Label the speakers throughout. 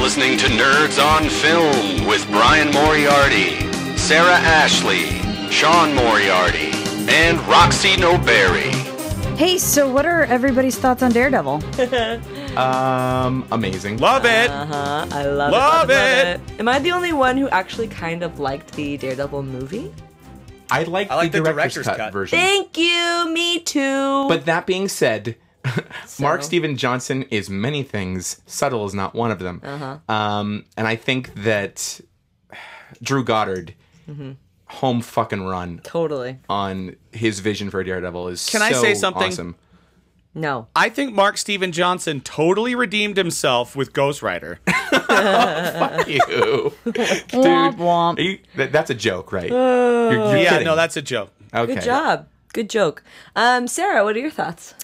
Speaker 1: listening to Nerds on Film with Brian Moriarty, Sarah Ashley, Sean Moriarty, and Roxy Noberry.
Speaker 2: Hey, so what are everybody's thoughts on Daredevil?
Speaker 3: Um, amazing.
Speaker 4: Love it.
Speaker 5: Uh-huh. I love,
Speaker 4: Love
Speaker 5: it, love it.
Speaker 4: it.
Speaker 5: love it. Am I the only one who actually kind of liked the Daredevil movie?
Speaker 3: I like,
Speaker 4: I like
Speaker 3: the,
Speaker 4: the
Speaker 3: director's,
Speaker 4: director's
Speaker 3: cut,
Speaker 4: cut.
Speaker 3: version.
Speaker 5: Thank you. Me too.
Speaker 3: But that being said, Mark
Speaker 5: So?
Speaker 3: Steven Johnson is many things. Subtle is not one of them. Um, and I think that Drew Goddard, home fucking run
Speaker 5: totally.
Speaker 3: on his vision for Daredevil is
Speaker 4: Can I
Speaker 3: so
Speaker 4: say something?
Speaker 3: awesome.
Speaker 5: No.
Speaker 4: I think Mark Steven Johnson totally redeemed himself with Ghost Rider.
Speaker 3: Fuck you.
Speaker 2: Womp
Speaker 3: Are
Speaker 2: womp.
Speaker 3: you- that- that's a joke, right? You're- you're
Speaker 4: yeah,
Speaker 3: kidding. Uh,
Speaker 4: no, that's a joke.
Speaker 3: okay.
Speaker 5: Good job. Good joke. Um, Sarah, what are your thoughts?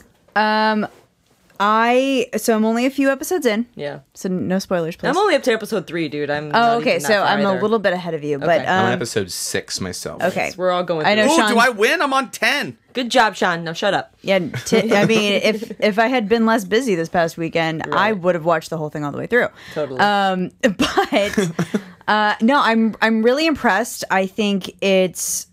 Speaker 2: I so I'm only a few episodes in,
Speaker 5: Yeah.
Speaker 2: so no spoilers, please.
Speaker 5: I'm only up to episode three, dude. I'm.
Speaker 2: oh,
Speaker 5: not
Speaker 2: okay.
Speaker 5: even that
Speaker 2: So
Speaker 5: far
Speaker 2: I'm a
Speaker 5: either.
Speaker 2: little bit ahead of you, but
Speaker 5: Okay.
Speaker 3: I'm on
Speaker 2: um,
Speaker 3: episode six myself.
Speaker 2: okay.
Speaker 5: We're all going
Speaker 2: I know
Speaker 4: Ooh,
Speaker 5: through
Speaker 2: Sean.
Speaker 4: do I win? I'm on 10.
Speaker 5: Good job, Sean. Now shut up.
Speaker 2: Yeah, t- I mean, if if I had been less busy this past weekend, I would have watched the whole thing all the way through.
Speaker 5: Totally.
Speaker 2: Um, but uh, no, I'm I'm really impressed. I think it's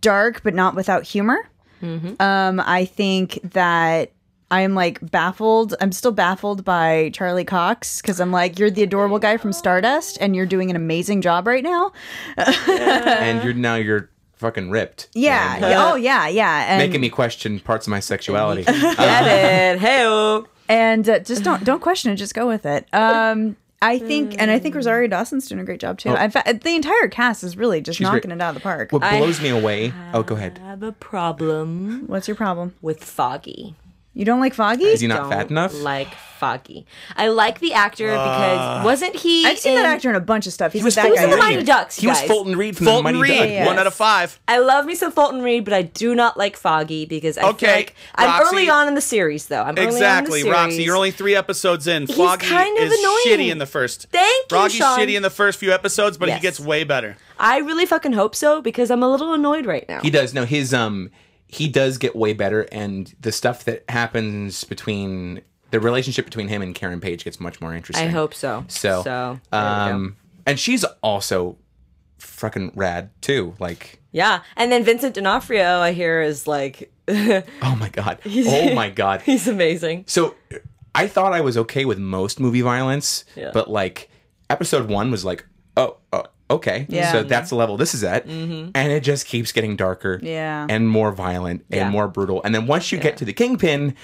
Speaker 2: dark, but not without humor. Um, I think that. I'm like baffled. I'm still baffled by Charlie Cox because I'm like, you're the adorable guy from Stardust, and you're doing an amazing job right now.
Speaker 3: And you're now you're fucking ripped.
Speaker 2: Yeah.
Speaker 3: And, uh,
Speaker 2: Oh, yeah. Yeah. And
Speaker 3: making me question parts of my sexuality.
Speaker 5: Get it. Hey,
Speaker 2: and uh, just don't don't question it. Just go with it. Um, I think, and I think Rosario Dawson's doing a great job too. In fact, the entire cast is really just
Speaker 3: Oh. She's
Speaker 2: knocking
Speaker 3: great.
Speaker 2: it out of the park. Uh,
Speaker 3: What blows me away? Oh, go ahead.
Speaker 5: I have a problem
Speaker 2: What's your problem?
Speaker 5: with Foggy.
Speaker 2: You don't like Foggy?
Speaker 3: Is he not fat enough?
Speaker 5: Like Foggy. I like the actor because wasn't he?
Speaker 2: I've seen that
Speaker 5: in-
Speaker 2: actor in a bunch of stuff. He's
Speaker 3: was
Speaker 2: that
Speaker 3: Fulton
Speaker 2: guy.
Speaker 5: in the
Speaker 3: Reed.
Speaker 2: right?
Speaker 5: Mighty Ducks,
Speaker 3: He was
Speaker 5: guys.
Speaker 3: Fulton Reed from
Speaker 4: Fulton
Speaker 3: the Mighty
Speaker 4: Reed,
Speaker 3: Duck.
Speaker 2: yes.
Speaker 4: one out of five.
Speaker 5: I love me some Fulton Reed, but I do not like Foggy because I
Speaker 4: Okay,
Speaker 5: feel like I'm
Speaker 4: Roxy.
Speaker 5: early on in the series, though. I'm
Speaker 4: Exactly,
Speaker 5: early on in the
Speaker 4: Roxy.
Speaker 5: series.
Speaker 4: You're only three episodes in.
Speaker 5: He's
Speaker 4: Foggy
Speaker 5: kind of
Speaker 4: is
Speaker 5: annoying.
Speaker 4: shitty in the first.
Speaker 5: Thank you,
Speaker 4: Foggy's
Speaker 5: Sean.
Speaker 4: shitty in the first few episodes, but
Speaker 5: Yes.
Speaker 4: he gets way better.
Speaker 5: I really fucking hope so because I'm a little annoyed right now.
Speaker 3: He does. No, his um, he does get way better, and the stuff that happens between the relationship between him and Karen Page gets much more interesting.
Speaker 5: I hope so.
Speaker 3: So,
Speaker 5: so there we go.
Speaker 3: um, and she's also fucking rad too. Like,
Speaker 5: yeah, and then Vincent D'Onofrio, I hear, is like
Speaker 3: oh my god, oh my god.
Speaker 5: he's amazing.
Speaker 3: So, I thought I was okay with most movie violence,
Speaker 5: Yeah.
Speaker 3: but like, episode one was like, oh, oh okay,
Speaker 2: Yeah.
Speaker 3: so that's the level this is at,
Speaker 5: Mm-hmm.
Speaker 3: and it just keeps getting darker,
Speaker 2: Yeah.
Speaker 3: and more violent and
Speaker 5: Yeah.
Speaker 3: more brutal, and then once you get to the kingpin,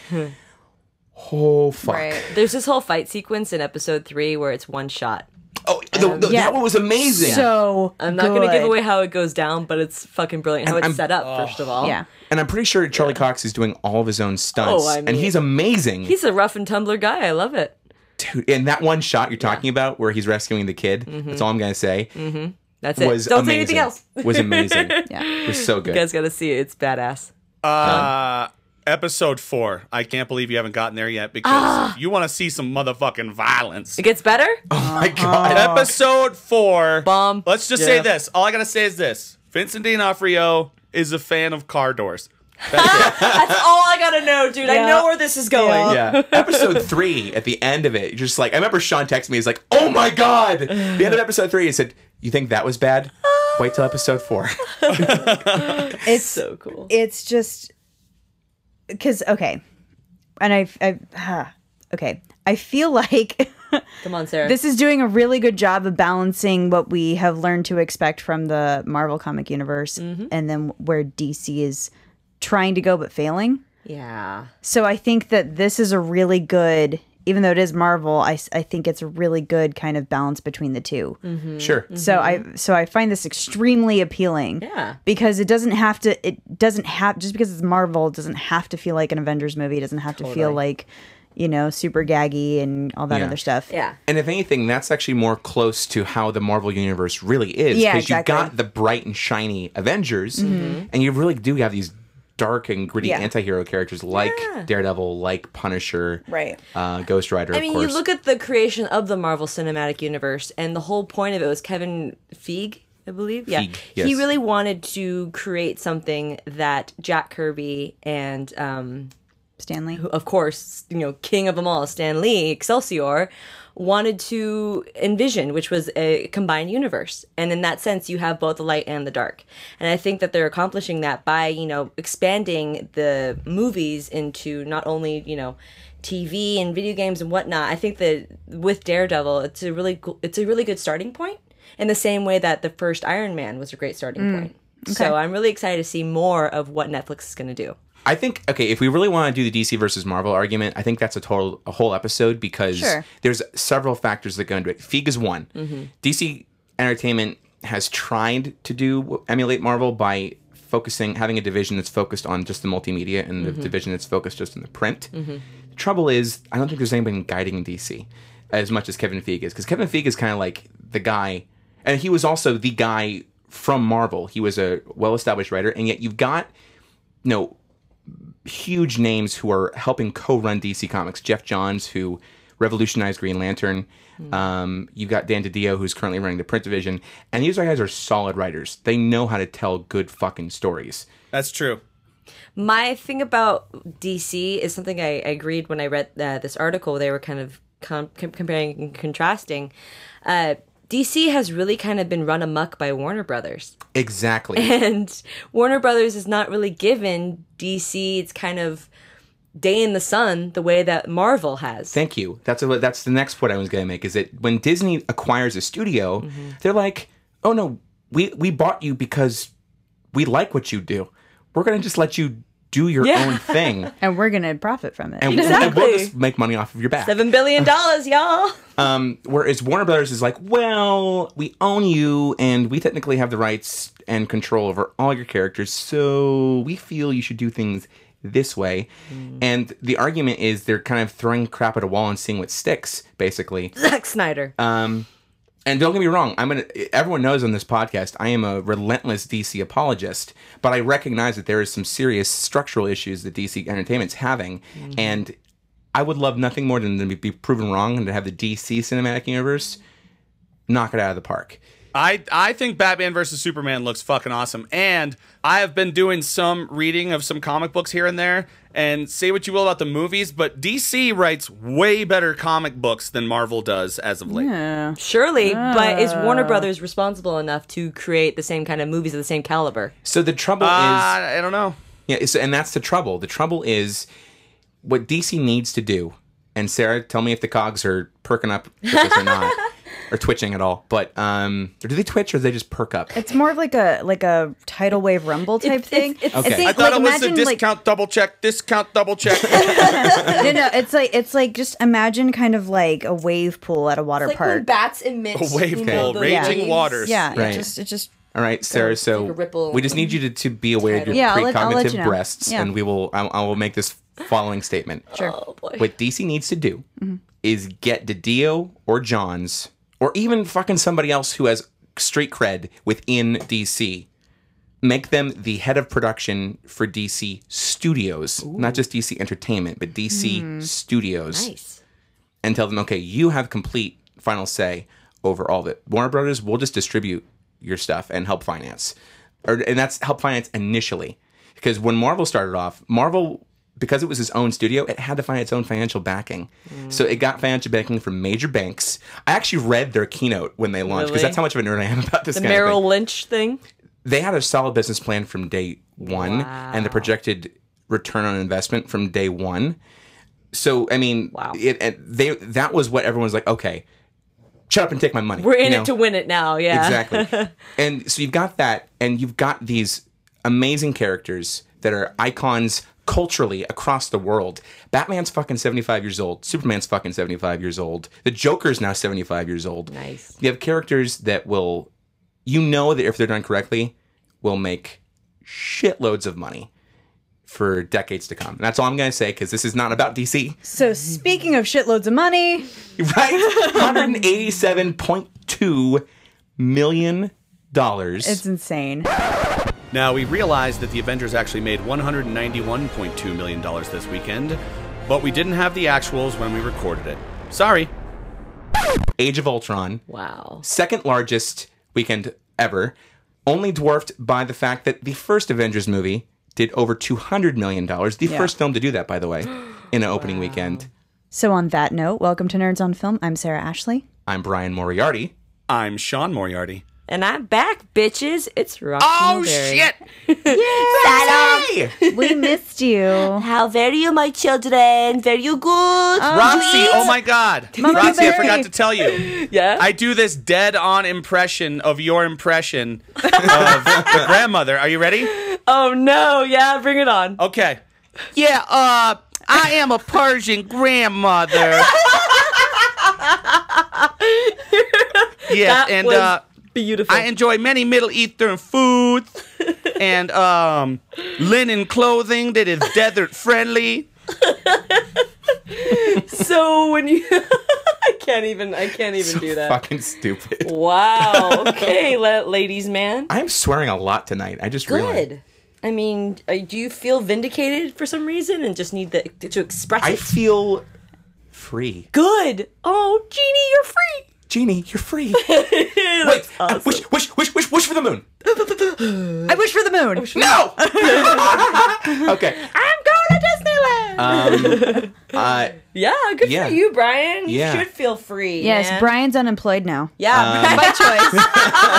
Speaker 3: oh fuck.
Speaker 2: Right.
Speaker 5: There's this whole fight sequence in episode three where it's one shot.
Speaker 3: Oh, the, the,
Speaker 2: Yeah.
Speaker 3: that one was amazing.
Speaker 2: So
Speaker 5: I'm not going to give
Speaker 2: good.
Speaker 5: away how it goes down, but it's fucking brilliant how it's
Speaker 3: I'm-
Speaker 5: set up. First of all,
Speaker 2: Yeah.
Speaker 3: and I'm pretty sure Charlie Cox is doing all of his own stunts,
Speaker 5: Oh, I
Speaker 3: and
Speaker 5: mean-
Speaker 3: he's amazing.
Speaker 5: he's a rough and tumbler guy. I love it.
Speaker 3: Dude, and that one shot you're talking about where he's rescuing the kid, that's all I'm going to say,
Speaker 5: Mm-hmm. That's it.
Speaker 3: was
Speaker 5: Don't
Speaker 3: amazing.
Speaker 5: say anything else.
Speaker 3: was amazing.
Speaker 2: Yeah.
Speaker 3: was so good.
Speaker 5: You guys got to see it. It's badass.
Speaker 4: Uh, episode four. I can't believe you haven't gotten there yet because
Speaker 5: Ah.
Speaker 4: you want to see some motherfucking violence.
Speaker 5: It gets better.
Speaker 3: oh my God.
Speaker 4: Episode four.
Speaker 5: Bomb.
Speaker 4: Let's just say this. All I gotta say is this: Vincent D'Onofrio is a fan of car doors.
Speaker 5: That's all I gotta know, dude. I
Speaker 2: Yeah.
Speaker 5: know where this is going.
Speaker 3: Yeah. Episode three, at the end of it, you're just like, I remember Sean texted me, he's like, oh my God. The end of episode three, he said, You think that was bad? Wait till episode four.
Speaker 2: It's
Speaker 5: So cool.
Speaker 2: it's just because okay, and I I ah, okay. I feel like.
Speaker 5: Come on, Sarah.
Speaker 2: This is doing a really good job of balancing what we have learned to expect from the Marvel comic universe
Speaker 5: Mm-hmm.
Speaker 2: and then where DC is trying to go but failing.
Speaker 5: yeah.
Speaker 2: So I think that this is a really good, even though it is Marvel, I, s- I think it's a really good kind of balance between the 2
Speaker 3: Sure.
Speaker 2: So I so I find this extremely appealing.
Speaker 5: Mm-hmm. Yeah.
Speaker 2: Because it doesn't have to it doesn't have just because it's Marvel it doesn't have to feel like an Avengers movie, it doesn't have to feel like, you know, super gaggy and all that
Speaker 3: Yeah.
Speaker 2: other stuff.
Speaker 5: Yeah.
Speaker 3: And if anything, that's actually more close to how the Marvel universe really is.
Speaker 2: Yeah,
Speaker 3: Because
Speaker 2: exactly.
Speaker 3: you've got the bright and shiny Avengers, and you really do have these dark and gritty
Speaker 2: Yeah.
Speaker 3: anti-hero characters like Daredevil, like Punisher,
Speaker 2: Right.
Speaker 3: uh, Ghost Rider,
Speaker 5: I
Speaker 3: of
Speaker 5: mean,
Speaker 3: course.
Speaker 5: you look at the creation of the Marvel Cinematic Universe, and the whole point of it was Kevin Feige, I believe. Yeah,
Speaker 3: Feige, yes.
Speaker 5: he really wanted to create something that Jack Kirby and um,
Speaker 2: Stanley.
Speaker 5: of course, you know, king of them all, Stan Lee, Excelsior, wanted to envision, which was a combined universe. And in that sense, you have both the light and the dark. And I think that they're accomplishing that by, you know, expanding the movies into not only, you know, TV and video games and whatnot. I think that with Daredevil, it's a really cool, it's a really good starting point. In the same way that the first Iron Man was a great starting point. So I'm really excited to see more of what Netflix is going to do.
Speaker 3: I think okay, if we really want to do the DC versus Marvel argument, I think that's a total a whole episode because
Speaker 2: Sure.
Speaker 3: there's several factors that go into it. Feig is one. DC Entertainment has tried to do emulate Marvel by focusing having a division that's focused on just the multimedia and the division that's focused just on the print. The trouble is, I don't think there's anybody guiding DC as much as Kevin Feig is because Kevin Feig is kind of like the guy, and he was also the guy from Marvel. He was a well-established writer, and yet you've got you know huge names who are helping co-run DC Comics. Jeff Johns, who revolutionized Green Lantern.
Speaker 5: Hmm.
Speaker 3: Um, you've got Dan DiDio, who's currently running the print division, and these guys are solid writers. They know how to tell good fucking stories.
Speaker 4: That's true.
Speaker 5: My thing about DC is something I, I agreed when I read uh, this article. They were kind of com- com- comparing and contrasting. Uh, DC has really kind of been run amok by Warner Brothers,
Speaker 3: Exactly.
Speaker 5: and Warner Brothers is not really given DC. It's kind of day in the sun the way that Marvel has.
Speaker 3: Thank you. That's a, that's the next point I was going to make. Is that when Disney acquires a studio,
Speaker 5: Mm-hmm.
Speaker 3: they're like, oh no, we we bought you because we like what you do. We're going to just let you do your
Speaker 5: Yeah.
Speaker 3: own thing,
Speaker 2: And we're going to profit from it.
Speaker 3: and, we'll- and we'll just make money off of your back.
Speaker 5: Seven billion dollars, y'all.
Speaker 3: Um, whereas Warner Brothers is like, well, we own you, and we technically have the rights and control over all your characters, so we feel you should do things this way. And the argument is they're kind of throwing crap at a wall and seeing what sticks, basically.
Speaker 5: Zack Snyder.
Speaker 4: Uh.
Speaker 3: And don't get me wrong, I'm gonna. Everyone knows on this podcast, I am a relentless DC apologist, but I recognize that there is some serious structural issues that DC Entertainment's having, and I would love nothing more than to be proven wrong and to have the DC cinematic universe knock it out of the park.
Speaker 4: I I think Batman versus Superman looks fucking awesome, and I have been doing some reading of some comic books here and there. And say what you will about the movies, but DC writes way better comic books than Marvel does as of late.
Speaker 5: Surely, but is Warner Brothers responsible enough to create the same kind of movies of the same caliber?
Speaker 3: So the trouble
Speaker 4: Uh,
Speaker 3: is,
Speaker 4: I don't know.
Speaker 3: yeah, it's- and that's the trouble. The trouble is what DC needs to do. And Sarah, tell me if the cogs are perking up with this or not, or twitching at all. But um, or do they twitch or do they just perk up?
Speaker 2: It's more of like a like a tidal wave rumble type
Speaker 5: It's-
Speaker 2: thing.
Speaker 5: it's- it's-
Speaker 3: Okay.
Speaker 2: I think
Speaker 4: I thought
Speaker 2: like
Speaker 4: it was
Speaker 2: imagine
Speaker 4: a
Speaker 2: like
Speaker 4: discount double check, discount double check.
Speaker 2: no no it's like it's like just imagine kind of like a wave pool at a water
Speaker 5: Like when
Speaker 2: park.
Speaker 5: bats emit
Speaker 4: A wave
Speaker 5: you know,
Speaker 4: pool,
Speaker 5: the
Speaker 4: raging
Speaker 5: waves.
Speaker 4: waters.
Speaker 2: yeah,
Speaker 3: Right.
Speaker 2: it just it just
Speaker 3: All right, Sarah. So
Speaker 5: like a ripple
Speaker 3: we just need you to, to be aware of your
Speaker 2: Yeah, I'll
Speaker 3: precognitive
Speaker 2: let- I'll let you know.
Speaker 3: breasts,
Speaker 2: Yeah.
Speaker 3: and we will. I, I will make this following statement. Sure.
Speaker 5: Oh boy.
Speaker 3: What DC needs to do
Speaker 2: Mm-hmm.
Speaker 3: is get Didio or Johns or even fucking somebody else who has street cred within DC. Make them the head of production for DC Studios, not just DC Entertainment, but DC
Speaker 2: Mm-hmm.
Speaker 3: Studios
Speaker 5: Nice.
Speaker 3: and tell them, okay, you have complete final say over all of it. Warner Brothers will just distribute your stuff and help finance, or and that's help finance initially, because when Marvel started off, Marvel because it was its own studio, it had to find its own financial backing. So it got financial backing from major banks. I actually read their keynote when they launched because
Speaker 5: Really?
Speaker 3: that's how much of a nerd I am about this.
Speaker 5: The
Speaker 3: kind of thing
Speaker 5: Merrill Lynch thing.
Speaker 3: they had a solid business plan from day one and the projected return on investment from day one. So I mean,
Speaker 5: Wow.
Speaker 3: it, and they that was what everyone was like, okay, shut up and take my money.
Speaker 5: We're in
Speaker 3: you know?
Speaker 5: it to win it now. Yeah.
Speaker 3: exactly. and so you've got that, and you've got these amazing characters that are icons culturally across the world. Batman's fucking 75 years old. Superman's fucking 75 years old. The Joker's now 75 years old.
Speaker 5: Nice.
Speaker 3: You have characters that will, you know, that if they're done correctly, will make shitloads of money for decades to come. And that's all I'm going to say because this is not about DC.
Speaker 2: so speaking of shitloads of money,
Speaker 3: Right? $187.2 million.
Speaker 2: it's insane.
Speaker 4: Now, we realized that the Avengers actually made $191.2 million this weekend, but we didn't have the actuals when we recorded it. Sorry.
Speaker 3: Age of Ultron,
Speaker 5: Wow.
Speaker 3: second largest weekend ever, only dwarfed by the fact that the first Avengers movie did over two hundred million dollars. The first film to do that, by the way, in an opening weekend.
Speaker 2: So, on that note, welcome to Nerds on Film. I'm Sarah Ashley.
Speaker 3: I'm Brian Moriarty.
Speaker 4: I'm Sean Moriarty.
Speaker 5: And I'm back, bitches. It's Roxy. Mulberry.
Speaker 3: Hey,
Speaker 2: We missed you.
Speaker 5: How very you, my children? Very you good?
Speaker 4: Roxy, oh my God.
Speaker 2: Mama
Speaker 4: Roxy, I
Speaker 2: Berry.
Speaker 4: forgot to tell you.
Speaker 5: yeah.
Speaker 4: I do this dead on impression of your impression of the grandmother. Are you ready?
Speaker 5: oh no. Yeah, bring it on.
Speaker 4: Okay. Yeah, uh, I am a Persian grandmother. yes,
Speaker 5: That
Speaker 4: and
Speaker 5: was
Speaker 4: uh,
Speaker 5: beautiful.
Speaker 4: I enjoy many Middle Eastern foods and um, linen clothing that is desert friendly.
Speaker 5: so when you, I can't even. I can't even do that.
Speaker 3: Fucking stupid.
Speaker 5: Wow. Okay, la- ladies, man.
Speaker 3: I'm swearing a lot tonight. I just realized.
Speaker 5: Good. I mean, uh, do you feel vindicated for some reason and just need the, to express
Speaker 3: I
Speaker 5: it?
Speaker 3: feel free.
Speaker 5: Good. Oh, Jeannie, you're free.
Speaker 3: Jeannie, you're free. Wait, I wish, wish, wish, wish, wish for the moon.
Speaker 2: I wish for the moon.
Speaker 3: No. okay.
Speaker 5: I'm going to Disneyland.
Speaker 3: Uh,
Speaker 5: yeah, good
Speaker 3: yeah.
Speaker 5: for you, Brian.
Speaker 3: Yeah. Um,
Speaker 5: You should feel free.
Speaker 2: Yes,
Speaker 5: man.
Speaker 2: Brian's unemployed now.
Speaker 5: Yeah,
Speaker 2: By choice.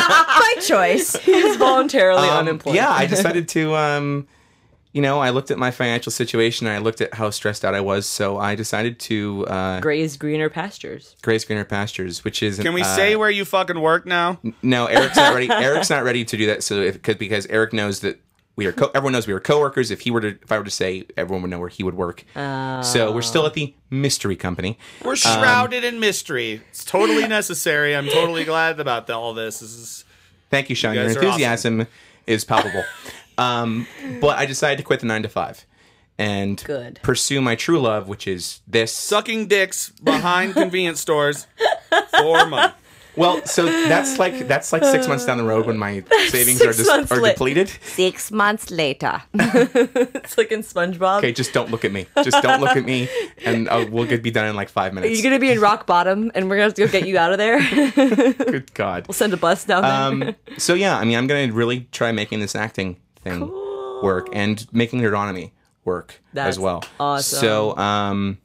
Speaker 2: By choice.
Speaker 5: he's voluntarily
Speaker 3: um,
Speaker 5: unemployed.
Speaker 3: Yeah, I decided to. Um, you know, I looked at my financial situation. and I looked at how stressed out I was, so I decided to uh,
Speaker 5: Graze greener pastures.
Speaker 3: graze greener pastures, which is
Speaker 4: Can we
Speaker 3: uh,
Speaker 4: say where you fucking work now?
Speaker 3: No, Eric's not ready. Eric's not ready to do that. So if cause, because Eric knows that we are co- everyone knows we are coworkers. If he were to, if I were to say, everyone would know where he would work. So we're still at the mystery company.
Speaker 4: We're shrouded in mystery. It's totally necessary. I'm totally glad about the- all this. This is
Speaker 3: Thank you, Sean.
Speaker 4: You
Speaker 3: Your
Speaker 4: guys are
Speaker 3: enthusiasm is palpable. um, but I decided to quit the nine to five and
Speaker 5: Good.
Speaker 3: pursue my true love, which is this.
Speaker 4: sucking dicks behind convenience stores for money.
Speaker 3: Well, so that's like that's like six months down the road when my savings are
Speaker 5: Six
Speaker 3: just
Speaker 5: months
Speaker 3: are
Speaker 5: late.
Speaker 3: depleted.
Speaker 5: Six months later. it's like in SpongeBob.
Speaker 3: Okay, just don't look at me. Just don't look at me, and uh, we'll get be done in like five minutes.
Speaker 5: You're gonna be in rock bottom, and we're gonna have to go get you out of there.
Speaker 3: Good God.
Speaker 5: Send a bus down there.
Speaker 3: um, so yeah, I mean, I'm gonna really try making this acting thing work and making Nerdonomy work
Speaker 5: That's
Speaker 3: as well.
Speaker 5: awesome.
Speaker 3: So um,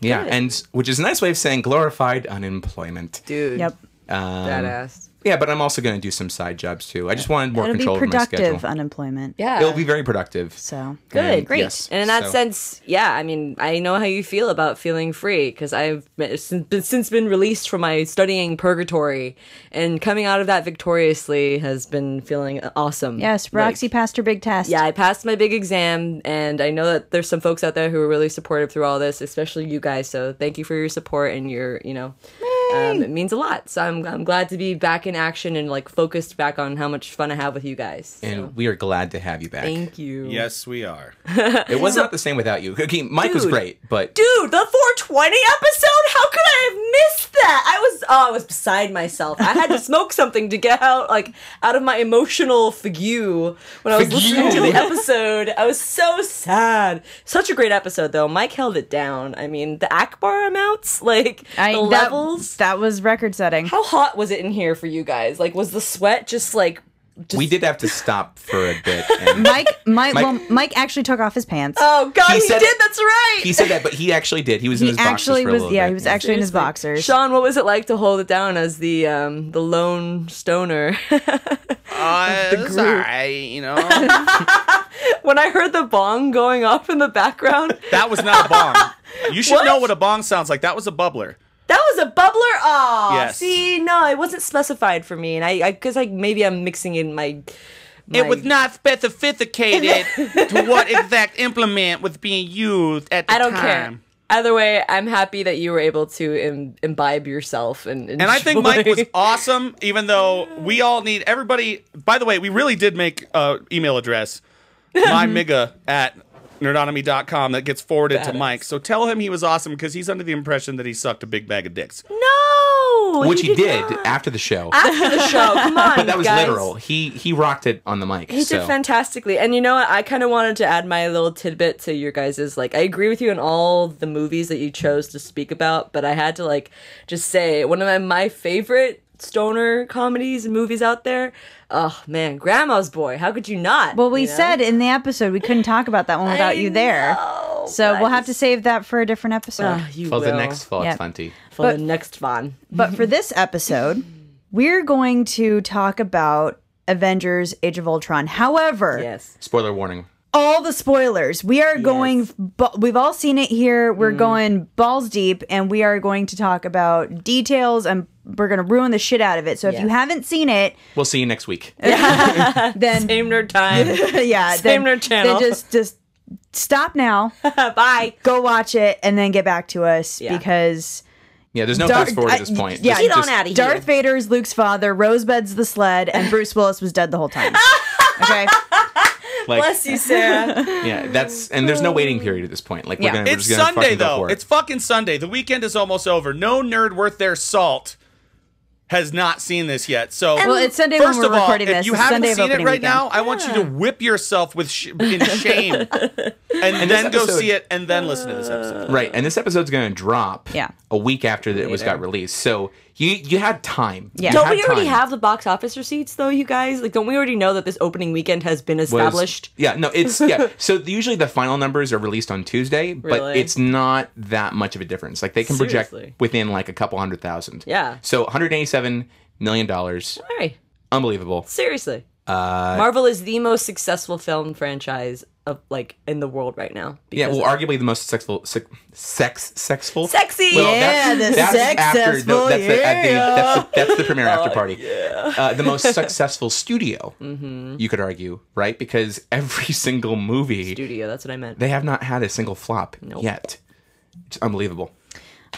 Speaker 3: yeah,
Speaker 5: Good.
Speaker 3: and which is a nice way of saying glorified unemployment.
Speaker 5: Dude.
Speaker 2: Yep.
Speaker 3: Um,
Speaker 5: Badass.
Speaker 3: Yeah, but I'm also gonna do some side jobs too. I just wanted more
Speaker 2: It'll be
Speaker 3: control over my
Speaker 2: productive
Speaker 3: schedule.
Speaker 2: unemployment.
Speaker 5: Yeah.
Speaker 3: It'll be very productive.
Speaker 2: So
Speaker 5: Good,
Speaker 3: And
Speaker 5: great.
Speaker 3: yes,
Speaker 5: and in that
Speaker 3: so-
Speaker 5: sense, yeah, I mean, I know how you feel about feeling free because I've been, since, been, since been released from my studying purgatory, and coming out of that victoriously has been feeling awesome.
Speaker 2: yes, Roxy
Speaker 5: Like,
Speaker 2: passed her big test.
Speaker 5: yeah, I passed my big exam, and I know that there's some folks out there who are really supportive through all this, especially you guys. So thank you for your support and your, you know, um, it means a lot. So I'm I'm glad to be back in action and like focused back on how much fun I have with you guys.
Speaker 3: And we are glad to have you back.
Speaker 5: Thank you.
Speaker 4: Yes, we are.
Speaker 3: It was not the same without you. Okay, Mike was
Speaker 5: Dude.
Speaker 3: great, but
Speaker 5: dude, the 420 episode. How could I have missed that? I was, oh, I was beside myself. I had to smoke something to get out, like, out of my emotional fugue when I was listening to
Speaker 3: Fugue.
Speaker 5: the episode. I was so sad. Such a great episode, though. Mike held it down. I mean, the Akbar amounts, like
Speaker 2: I,
Speaker 5: the
Speaker 2: that,
Speaker 5: levels.
Speaker 2: That was record setting.
Speaker 5: How hot was it in here for you guys? Like, was the sweat just like? Just,
Speaker 3: we did have to stop for a bit. And
Speaker 2: Mike, Mike,
Speaker 3: Mike-
Speaker 2: well, Mike actually took off his pants.
Speaker 5: Oh God,
Speaker 3: He
Speaker 5: he,
Speaker 3: said-
Speaker 5: did. That's right.
Speaker 3: he said that, but he actually did. He was in
Speaker 2: he
Speaker 3: his boxers
Speaker 2: actually
Speaker 3: for a
Speaker 2: was.
Speaker 3: little
Speaker 2: Yeah,
Speaker 3: bit.
Speaker 2: he was actually in his boxers.
Speaker 5: Sean, what was it like to hold it down as the um, the lone stoner?
Speaker 4: Uh, it's all right, you know.
Speaker 5: when I heard the bong going off in the background,
Speaker 4: that was not a bong. You should know what a bong sounds like. That was a bubbler.
Speaker 5: that was a bubbler. Oh,
Speaker 4: Yes.
Speaker 5: see, no, it wasn't specified for me, and I, I guess I maybe I'm mixing in my. my-
Speaker 4: It was not specificated to what exact implement was being used at the
Speaker 5: I don't
Speaker 4: time.
Speaker 5: care. Either way, I'm happy that you were able to Im- imbibe yourself and.
Speaker 4: And I think Mike was
Speaker 5: enjoy-
Speaker 4: awesome, even though we all need everybody. By the way, we really did make uh, email address, mymiga at nerdonomy.com, that gets forwarded to
Speaker 5: Badass.
Speaker 4: Mike. So tell him he was awesome because he's under the impression that he sucked a big bag of dicks.
Speaker 5: No,
Speaker 3: which he did
Speaker 5: not.
Speaker 3: after the show.
Speaker 5: after the show. Come on,
Speaker 3: but that was
Speaker 5: guys.
Speaker 3: literal. He he rocked it on the mic.
Speaker 5: He
Speaker 3: so.
Speaker 5: did fantastically. And you know what? I kind of wanted to add my little tidbit to your guys's. Like, I agree with you on all the movies that you chose to speak about, but I had to, like, just say one of my, my favorite stoner comedies and movies out there. Oh man, Grandma's Boy. How could you not?
Speaker 2: Well, we
Speaker 5: you know?
Speaker 2: said in the episode we couldn't talk about that one without you there.
Speaker 5: know,
Speaker 2: so
Speaker 5: but
Speaker 2: we'll have to save that for a different episode.
Speaker 5: Ah, you
Speaker 3: Well, the
Speaker 5: will.
Speaker 3: next thoughts,
Speaker 2: Yep.
Speaker 3: Hunty.
Speaker 5: for the next Vaughn.
Speaker 2: But for this episode, we're going to talk about Avengers Age of Ultron. However,
Speaker 5: Yes.
Speaker 3: Spoiler warning.
Speaker 2: all the spoilers. We are going bu- we've all seen it here.
Speaker 5: Mm.
Speaker 2: We're going balls deep and we are going to talk about details and we're going to ruin the shit out of it. So if you
Speaker 5: Yes.
Speaker 2: haven't seen it,
Speaker 3: We'll see you next week.
Speaker 2: then
Speaker 5: Same nerd time.
Speaker 2: yeah,
Speaker 5: Same
Speaker 2: then,
Speaker 5: nerd channel.
Speaker 2: Then just just stop now,
Speaker 5: Bye.
Speaker 2: go watch it and then get back to us
Speaker 5: Yeah.
Speaker 2: because
Speaker 3: Yeah, there's no
Speaker 2: Dark-
Speaker 3: fast forward
Speaker 2: I-
Speaker 3: at this point.
Speaker 2: yeah,
Speaker 3: Just-
Speaker 5: Get on
Speaker 3: just-
Speaker 5: out of
Speaker 2: Darth Vader's Luke's father, Rosebud's the sled, and Bruce Willis was dead the whole time. Okay.
Speaker 3: like,
Speaker 5: Bless you, Sarah.
Speaker 3: Yeah, that's and there's no waiting period at this point. Like
Speaker 2: Yeah.
Speaker 3: we're gonna, we're
Speaker 4: It's
Speaker 3: just gonna
Speaker 4: Sunday
Speaker 3: fucking Go
Speaker 4: though.
Speaker 3: for it.
Speaker 4: It's fucking Sunday. The weekend is almost over. No nerd worth their salt has not seen this yet. So
Speaker 2: Well, it's Sunday when
Speaker 4: first
Speaker 2: we're
Speaker 4: of all,
Speaker 2: recording
Speaker 4: if
Speaker 2: this.
Speaker 4: you
Speaker 2: It's
Speaker 4: haven't
Speaker 2: Sunday of
Speaker 4: seen it
Speaker 2: opening
Speaker 4: right
Speaker 2: weekend.
Speaker 4: now, I want you to whip yourself with sh- in shame, and, then go
Speaker 3: episode-
Speaker 4: see it, and then listen to this
Speaker 2: Uh,
Speaker 4: episode.
Speaker 3: right, and this episode's gonna drop
Speaker 2: Yeah.
Speaker 3: a week after that it was got released. So you you had time.
Speaker 2: Yeah.
Speaker 3: You
Speaker 2: Don't
Speaker 5: Don't
Speaker 3: had
Speaker 5: we already
Speaker 3: time.
Speaker 5: have the box office receipts, though, you guys? Like, don't we already know that this opening weekend has been
Speaker 3: was-
Speaker 5: established?
Speaker 3: yeah, no, it's yeah. So the- usually the final numbers are released on Tuesday, but
Speaker 5: Really?
Speaker 3: it's not that much of a difference. Like they can
Speaker 5: Seriously.
Speaker 3: project within like a couple hundred thousand.
Speaker 5: Yeah.
Speaker 3: So 187 million dollars,
Speaker 5: Sorry.
Speaker 3: unbelievable.
Speaker 5: Seriously.
Speaker 3: Uh,
Speaker 5: Marvel is the most successful film franchise of like in the world right now.
Speaker 3: Yeah,
Speaker 5: because
Speaker 3: well,
Speaker 5: of-
Speaker 3: arguably the most sexful, sex, sex sexful,
Speaker 5: sexy.
Speaker 3: Well,
Speaker 2: Yeah,
Speaker 3: that's,
Speaker 2: the
Speaker 3: that's after
Speaker 2: successful,
Speaker 3: the, that's, the, at the,
Speaker 2: yeah.
Speaker 3: that's, the, that's the premiere after party.
Speaker 5: Oh,
Speaker 3: Uh, the most successful studio,
Speaker 5: Mm-hmm.
Speaker 3: you could argue, right? Because every single movie,
Speaker 5: studio. That's what I meant.
Speaker 3: they have not had a single flop yet. It's unbelievable.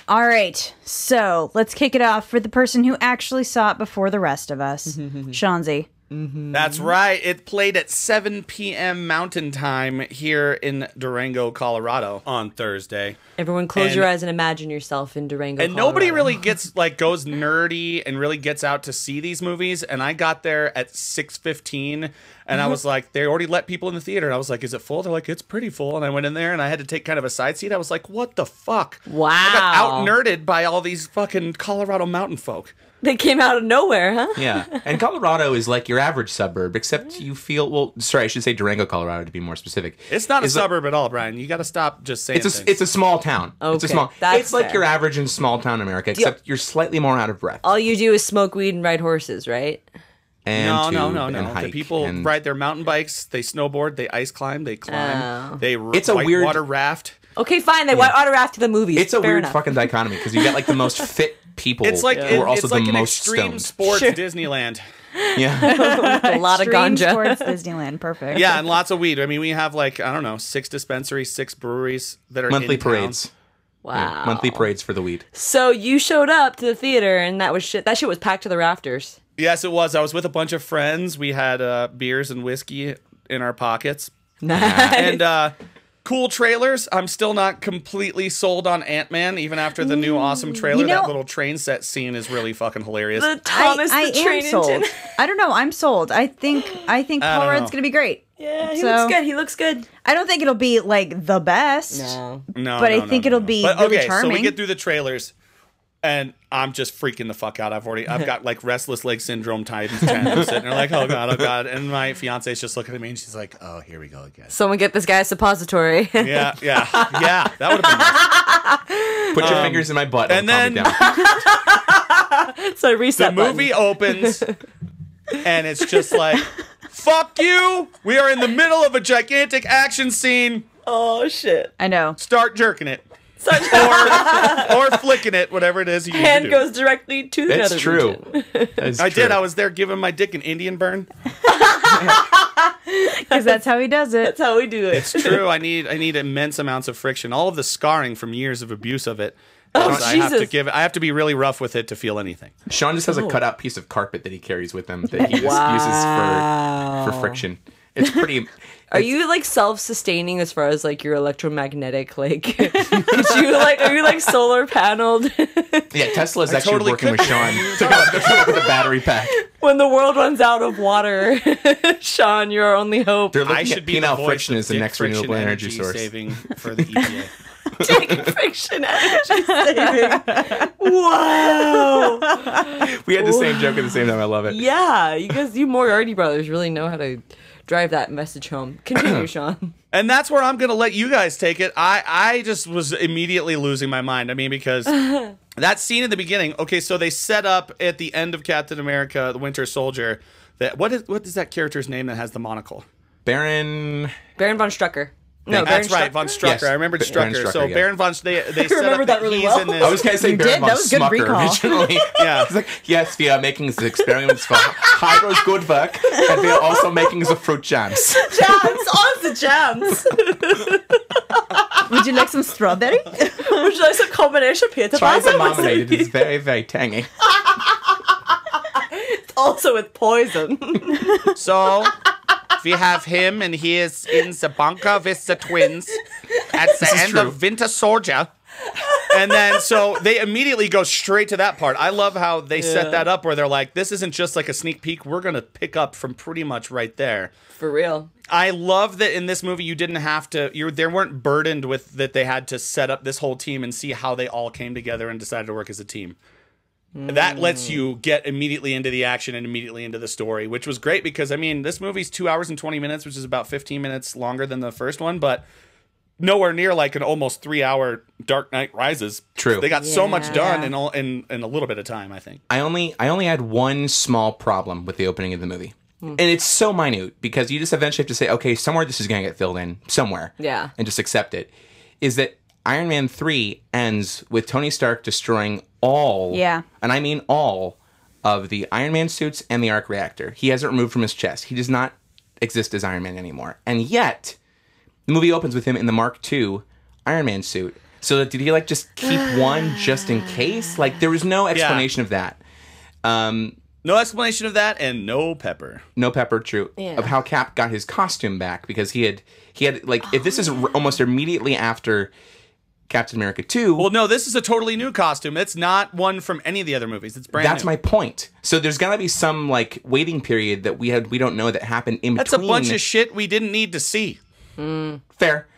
Speaker 2: All right. So let's kick it off for the person who actually saw it before the rest of us. Shanzi.
Speaker 4: That's right. It played at 7 p.m. Mountain Time here in Durango, Colorado, on Thursday.
Speaker 5: Everyone, close
Speaker 4: And-
Speaker 5: your eyes and imagine yourself in Durango.
Speaker 4: and nobody
Speaker 5: Colorado.
Speaker 4: really gets like goes nerdy and really gets out to see these movies and i got there at 6.15 and
Speaker 5: Mm-hmm.
Speaker 4: i was like they already let people in the theater and i was like is it full they're like it's pretty full and i went in there and i had to take kind of a side seat i was like what the fuck
Speaker 5: Wow.
Speaker 4: i got out nerded by all these fucking colorado mountain folk
Speaker 5: They came out of nowhere, huh?
Speaker 3: Yeah. and Colorado is like your average suburb, except you feel, well, sorry, I should say Durango, Colorado to be more specific.
Speaker 4: it's not a
Speaker 3: Is it-
Speaker 4: suburb at all brian you gotta stop just saying
Speaker 3: It's a,
Speaker 4: things.
Speaker 3: it's a small town. it's a
Speaker 5: Okay,
Speaker 3: small.
Speaker 5: that's
Speaker 3: it's like
Speaker 5: fair. Oh.
Speaker 3: your average in small town America, except you're slightly more out of breath.
Speaker 5: All you do is smoke weed and ride horses, right?
Speaker 3: and
Speaker 4: no, no,
Speaker 3: tube
Speaker 4: no,
Speaker 3: and
Speaker 4: no. The
Speaker 3: hike
Speaker 4: people
Speaker 3: and-
Speaker 4: ride their mountain bikes. They snowboard. They ice climb. They climb.
Speaker 5: Oh.
Speaker 4: They r-
Speaker 3: It's a weird-
Speaker 4: water raft.
Speaker 5: Okay, fine. They want autograph to the movies.
Speaker 3: It's a
Speaker 5: Fair
Speaker 3: weird
Speaker 5: enough.
Speaker 3: fucking dichotomy because you got like the most fit people
Speaker 4: It's like
Speaker 3: who are
Speaker 4: it-
Speaker 3: also
Speaker 4: it's
Speaker 3: the
Speaker 4: like an
Speaker 3: most
Speaker 4: extreme
Speaker 3: stoned.
Speaker 4: sports Disneyland.
Speaker 3: Yeah,
Speaker 5: a lot of
Speaker 2: Dream
Speaker 5: ganja.
Speaker 2: towards Disneyland. Perfect.
Speaker 4: Yeah, and lots of weed. I mean, we have like I don't know, six dispensaries, six breweries that are
Speaker 3: monthly
Speaker 4: in town.
Speaker 3: parades.
Speaker 5: Wow.
Speaker 3: Monthly parades for the weed.
Speaker 5: So you showed up to the theater, and that was shit. That shit was packed to the rafters.
Speaker 4: Yes, it was. I was with a bunch of friends. We had uh, beers and whiskey in our pockets, and uh, cool trailers. I'm still not completely sold on Ant Man, even after the new awesome trailer.
Speaker 2: Mm, You know-
Speaker 4: that little train set scene is really fucking hilarious.
Speaker 5: the
Speaker 2: I,
Speaker 5: Thomas
Speaker 2: I
Speaker 5: the Train
Speaker 2: am sold.
Speaker 5: Engine.
Speaker 2: I don't know. I'm sold. I think I think Paul
Speaker 4: don't
Speaker 2: Rudd's
Speaker 4: know.
Speaker 2: gonna be great.
Speaker 5: Yeah, he
Speaker 2: So-
Speaker 5: looks good. He looks good.
Speaker 2: I don't think it'll be like the best.
Speaker 3: Oh.
Speaker 5: No.
Speaker 4: No,
Speaker 2: but
Speaker 4: no,
Speaker 2: I
Speaker 4: no,
Speaker 2: think
Speaker 4: no,
Speaker 2: it'll
Speaker 4: no.
Speaker 2: be
Speaker 4: But,
Speaker 2: really
Speaker 4: okay, So
Speaker 2: charming.
Speaker 4: we get through the trailers, and I'm just freaking the fuck out. I've already, I've got like restless leg syndrome times ten. I'm sitting there like, oh god, oh god, and my fiance's just looking at me, and she's like, oh, here we go again.
Speaker 5: Someone get this guy a suppository.
Speaker 4: Yeah, yeah, yeah. That would have been. Nice.
Speaker 3: Put your fingers in my butt and,
Speaker 4: Um, and
Speaker 3: calm me
Speaker 4: then-
Speaker 3: down.
Speaker 5: so I reset
Speaker 4: The movie opens, and it's just like, fuck you. We are in the middle of a gigantic action scene.
Speaker 5: Oh shit!
Speaker 2: I know.
Speaker 4: Start jerking it.
Speaker 5: So
Speaker 4: Or, or flicking it, whatever it is you usually
Speaker 5: hand
Speaker 4: do.
Speaker 5: goes directly to the
Speaker 3: It's
Speaker 5: nether
Speaker 3: true.
Speaker 5: region.
Speaker 3: That's
Speaker 4: I did.
Speaker 3: true.
Speaker 4: I was there giving my dick an Indian burn.
Speaker 2: Because that's how he does it.
Speaker 5: That's how we do it.
Speaker 4: It's true. I need I need immense amounts of friction. All of the scarring from years of abuse of it.
Speaker 5: Oh,
Speaker 4: I have to
Speaker 5: Jesus.
Speaker 4: give. I have to be really rough with it to feel anything.
Speaker 3: Sean just has a cutout piece of carpet that he carries with him that he just uses for for friction. It's pretty.
Speaker 5: Are you like self-sustaining as far as like your electromagnetic like? Did you like? Are you like solar paneled?
Speaker 3: Yeah, Tesla is actually
Speaker 4: totally
Speaker 3: working
Speaker 4: could
Speaker 3: with Sean to come up to the battery pack.
Speaker 5: when the world runs out of water, Sean, you're our only hope.
Speaker 3: They're looking
Speaker 4: I should
Speaker 3: at
Speaker 4: be the
Speaker 3: penile
Speaker 4: voice
Speaker 3: friction
Speaker 4: of
Speaker 3: as the
Speaker 4: dick
Speaker 3: next
Speaker 4: friction
Speaker 3: renewable energy source.
Speaker 4: saving for the E EPA.
Speaker 5: take friction energy saving. Wow.
Speaker 3: We had the same joke at the same time. I love it.
Speaker 5: Yeah, you guys, you Moriarty brothers really know how to drive that message home. Continue, Sean.
Speaker 4: And that's where I'm going to let you guys take it. I, I just was immediately losing my mind. I mean, because that scene in the beginning, okay, so they set up at the end of Captain America, the Winter Soldier, that what is what is that character's name that has the monocle?
Speaker 3: Baron.
Speaker 5: Baron von Strucker. No,
Speaker 4: That's
Speaker 5: Baron
Speaker 4: right,
Speaker 5: Strucker.
Speaker 4: von Strucker.
Speaker 3: Yes,
Speaker 4: I remembered
Speaker 3: B- Baron
Speaker 4: Strucker.
Speaker 3: Strucker,
Speaker 4: So
Speaker 3: yeah.
Speaker 4: Baron von they they set
Speaker 5: remember
Speaker 4: up
Speaker 5: that really
Speaker 4: he's
Speaker 5: well.
Speaker 4: in this.
Speaker 3: I was gonna say Baron
Speaker 2: did.
Speaker 3: von
Speaker 2: That was good
Speaker 3: Smucker
Speaker 2: recall.
Speaker 3: originally.
Speaker 4: Yeah.
Speaker 3: It's like yes, we are making the experiments for Hydro's good work, and we are also making the fruit jams.
Speaker 5: Jams on the jams.
Speaker 2: Would you like some strawberry?
Speaker 5: Which is a combination of pizza
Speaker 3: Try the
Speaker 5: pasta
Speaker 3: marmalade; it is very, very tangy.
Speaker 5: also with poison.
Speaker 4: So we have him, and he is in the bunker with the twins at the
Speaker 3: is
Speaker 4: end
Speaker 3: true.
Speaker 4: of Winter Soldier. and then so they immediately go straight to that part. I love how they set that up where they're like, this isn't just like a sneak peek. We're going to pick up from pretty much right there.
Speaker 5: For real.
Speaker 4: I love that in this movie you didn't have to you they weren't burdened with that they had to set up this whole team and see how they all came together and decided to work as a team. That lets you get immediately into the action and immediately into the story, which was great because I mean this movie's two hours and twenty minutes, which is about fifteen minutes longer than the first one, but nowhere near like an almost three hour Dark Knight Rises.
Speaker 3: True.
Speaker 4: they got so much
Speaker 5: Yeah.
Speaker 4: done
Speaker 5: Yeah.
Speaker 4: in all in in a little bit of time. I think
Speaker 3: I only I only had one small problem with the opening of the movie. And it's so minute because you just eventually have to say, okay, somewhere this is going to get filled in, somewhere.
Speaker 5: Yeah.
Speaker 3: And just accept it. Is that Iron Man 3 ends with Tony Stark destroying all,
Speaker 2: Yeah.
Speaker 3: and I mean all, of the Iron Man suits and the arc reactor. He has it removed from his chest. He does not exist as Iron Man anymore. And yet, the movie opens with him in the Mark II Iron Man suit. So that- did he like just keep one just in case? Like there was no explanation of that. Um,
Speaker 4: no explanation of that and no pepper.
Speaker 3: no pepper, true.
Speaker 5: Yeah.
Speaker 3: Of how Cap got his costume back because he had he had like if this is r- almost immediately after Captain America two.
Speaker 4: Well, no, this is a totally new costume. It's not one from any of the other movies. It's brand
Speaker 3: that's
Speaker 4: new.
Speaker 3: my point. So there's gotta be some like waiting period that we had we don't know that happened in
Speaker 4: That's a
Speaker 3: between.
Speaker 4: bunch of shit we didn't need to see.
Speaker 3: fair,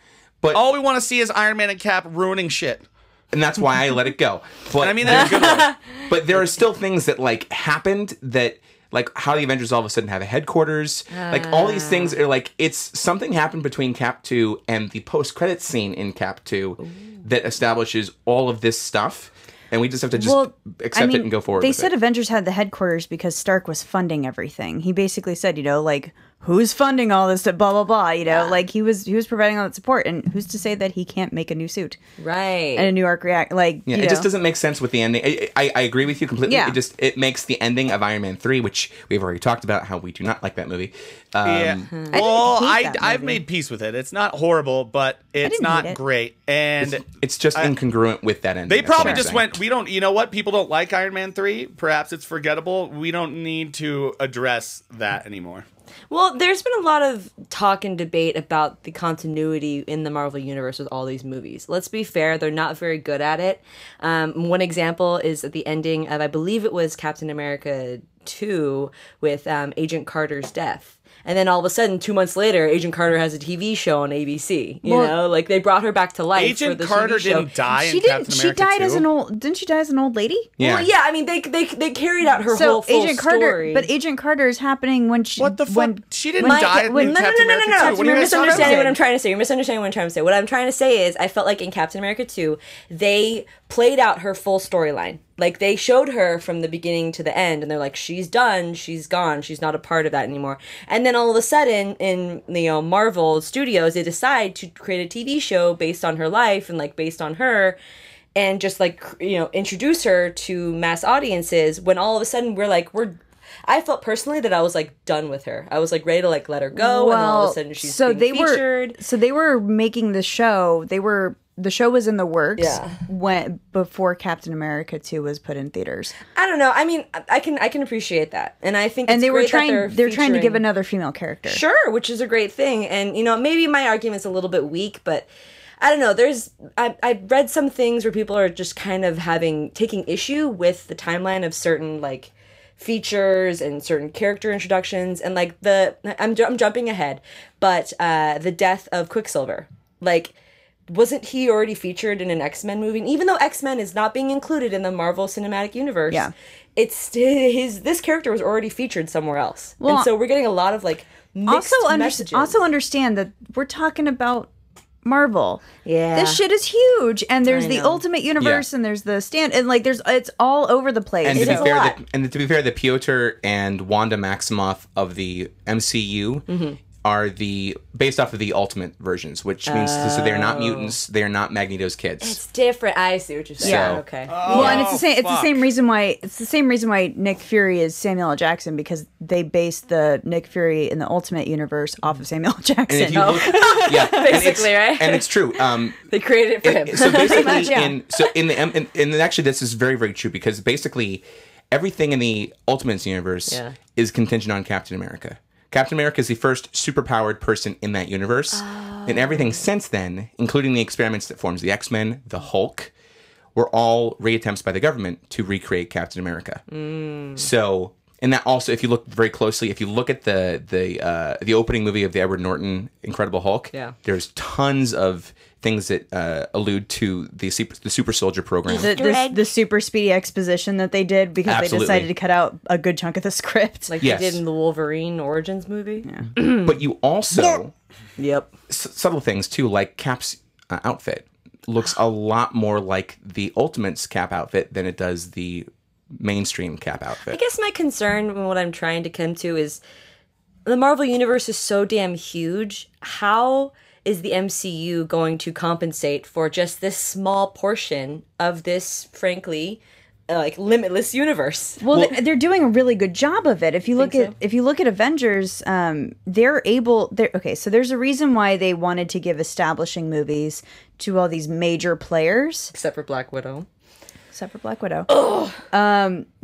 Speaker 3: but
Speaker 4: All we want to see is Iron Man and Cap ruining shit.
Speaker 3: and that's why I let it go. But
Speaker 4: I mean, that's a good
Speaker 2: um,
Speaker 4: one.
Speaker 3: but there are still things that like happened that like how the Avengers all of a sudden have a headquarters. Like all these things are like it's something happened between Cap 2 and the post credit scene in Cap 2 that establishes all of this stuff and we just have to just accept it and go forward.
Speaker 2: They
Speaker 3: with
Speaker 2: said
Speaker 3: it.
Speaker 2: Avengers had the headquarters because Stark was funding everything. He basically said, you know, like who's funding all this? Blah blah blah. You know, like he was he was providing all that support, and who's to say that he can't make a new suit
Speaker 5: Right.
Speaker 2: and a new arc react? Like
Speaker 3: Yeah,
Speaker 2: you
Speaker 3: it just
Speaker 2: know.
Speaker 3: doesn't make sense with the ending. I, I, I agree with you completely.
Speaker 2: Yeah.
Speaker 3: It just it makes the ending of Iron Man 3, which we've already talked about how we do not like that movie. Um,
Speaker 4: yeah. Well,
Speaker 2: hate
Speaker 4: I,
Speaker 2: that
Speaker 4: I've
Speaker 2: movie.
Speaker 4: made peace with it. It's not horrible, but it's
Speaker 2: didn't
Speaker 4: not
Speaker 2: hate it.
Speaker 4: great. And
Speaker 3: It's just incongruent with that ending.
Speaker 4: they
Speaker 3: that's all
Speaker 4: probably
Speaker 3: I'm
Speaker 4: just
Speaker 3: saying.
Speaker 4: went, we don't, you know what? People don't like Iron Man 3. Perhaps it's forgettable. We don't need to address that anymore.
Speaker 5: Well, there's been a lot of talk and debate about the continuity in the Marvel Universe with all these movies. Let's be fair, they're not very good at it. Um, one example is at the ending of, I believe it was Captain America 2 with um, Agent Carter's death. And then all of a sudden, two months later, Agent Carter has a TV show on ABC. You
Speaker 2: Well-
Speaker 5: know, like they brought her back to life. for
Speaker 4: Agent
Speaker 5: the
Speaker 4: Carter
Speaker 5: TV show.
Speaker 4: didn't die
Speaker 2: She
Speaker 4: in
Speaker 2: didn't.
Speaker 4: Captain
Speaker 2: She
Speaker 4: America
Speaker 2: died
Speaker 4: 2.
Speaker 2: as an old. Didn't she die as an old lady?
Speaker 3: Yeah.
Speaker 5: Well, yeah, I mean, they, they, they carried out her whole
Speaker 2: So
Speaker 5: full
Speaker 2: Agent Carter,
Speaker 5: story.
Speaker 2: but Agent Carter is happening when she.
Speaker 4: What the fuck?
Speaker 2: When,
Speaker 4: she didn't
Speaker 2: when-
Speaker 4: die
Speaker 2: when-
Speaker 4: in
Speaker 5: no, no,
Speaker 4: Captain
Speaker 5: no, no,
Speaker 4: America
Speaker 5: no, no.
Speaker 4: 2. What are
Speaker 5: You're
Speaker 4: you guys talking about?
Speaker 5: misunderstanding what I'm trying to say. You're misunderstanding what I'm trying to say. What I'm trying to say is, I felt like in Captain America 2, they played out her full storyline. Like they showed her from the beginning to the end, and they're like, she's done, she's gone, she's not a part of that anymore. And then all of a sudden, in you know Marvel Studios, they decide to create a TV show based on her life and like based on her and just like cr- you know introduce her to mass audiences when all of a sudden we're like we're I felt personally that I was like done with her. I was like ready to like let her go, Oh, and all of a sudden she's so being featured.
Speaker 2: were so they were making the show. They were the show was in the works
Speaker 5: Yeah.
Speaker 2: when before Captain America Two was put in theaters,
Speaker 5: I don't know. I mean, I- I can I can appreciate that, and I think
Speaker 2: and
Speaker 5: it's
Speaker 2: they were
Speaker 5: great that
Speaker 2: trying. They're, trying to
Speaker 5: featuring-
Speaker 2: give another female character.
Speaker 5: Sure, which is a great thing. And, you know, maybe my argument's a little bit weak, but I don't know. There's, I, I read some things where people are just kind of having, taking issue with the timeline of certain, like, features and certain character introductions. And, like, the, I'm, ju- I'm jumping ahead, but uh, the death of Quicksilver. Like, wasn't he already featured in an X-Men movie? And even though X-Men is not being included in the Marvel Cinematic Universe,
Speaker 2: Yeah.
Speaker 5: it's his this character was already featured somewhere else.
Speaker 2: Well,
Speaker 5: and so we're getting a lot of like mixed
Speaker 2: also under-
Speaker 5: messages.
Speaker 2: also understand that we're talking about Marvel.
Speaker 5: Yeah.
Speaker 2: This shit is huge and there's
Speaker 5: I
Speaker 2: the
Speaker 5: know.
Speaker 2: ultimate universe and there's the stand and like there's it's all over the place.
Speaker 3: And
Speaker 2: It
Speaker 3: to be
Speaker 2: is a
Speaker 3: fair,
Speaker 2: lot.
Speaker 3: the, and to be fair, the Piotr and Wanda Maximoff of the MCU
Speaker 2: Mm-hmm.
Speaker 3: are the based off of the Ultimate versions, which means so they're
Speaker 2: Oh.
Speaker 3: not mutants, they're not Magneto's kids.
Speaker 5: it's different. I see what you're saying.
Speaker 3: Yeah.
Speaker 5: Okay.
Speaker 2: well,
Speaker 3: Oh,
Speaker 2: and it's the same. It's
Speaker 4: fuck.
Speaker 2: the same reason why. It's the same reason why Nick Fury is Samuel L. Jackson because they based the Nick Fury in the Ultimate Universe off of Samuel L.
Speaker 3: and if
Speaker 2: Jackson. Oh,
Speaker 3: you look, yeah, and it's-
Speaker 5: Basically, right?
Speaker 3: And it's true. Um,
Speaker 5: they created it for him.
Speaker 3: it- so basically,
Speaker 2: much, yeah.
Speaker 3: in so in the M- in, and actually, this is very very true because basically everything in the Ultimates universe
Speaker 5: Yeah.
Speaker 3: is contingent on Captain America. Captain America is the first superpowered person in that universe,
Speaker 5: Oh.
Speaker 3: and everything since then, including the experiments that forms the X Men, the Hulk, were all reattempts by the government to recreate Captain America.
Speaker 5: Mm.
Speaker 3: So, and that also, if you look very closely, if you look at the the uh, the opening movie of the Edward Norton Incredible Hulk,
Speaker 5: Yeah.
Speaker 3: there's tons of things that uh, allude to the super, the super soldier program.
Speaker 2: the, the, the super speedy exposition that they did because
Speaker 3: Absolutely.
Speaker 2: they decided to cut out a good chunk of the script.
Speaker 5: like
Speaker 3: yes.
Speaker 5: they did in the Wolverine Origins movie.
Speaker 3: but you also
Speaker 5: Yep.
Speaker 3: s- subtle things too, like Cap's uh, outfit looks a lot more like the Ultimates Cap outfit than it does the mainstream Cap outfit.
Speaker 5: I guess my concern and what I'm trying to come to is the Marvel universe is so damn huge. How is the MCU going to compensate for just this small portion of this, frankly, uh, like limitless universe?
Speaker 2: Well, they- they're doing a really good job of it. If you look at if you look at Avengers, um, they're able. They're, okay, so there's a reason why they wanted to give establishing movies to all these major players,
Speaker 5: Except for Black Widow.
Speaker 2: except for Black Widow. Um,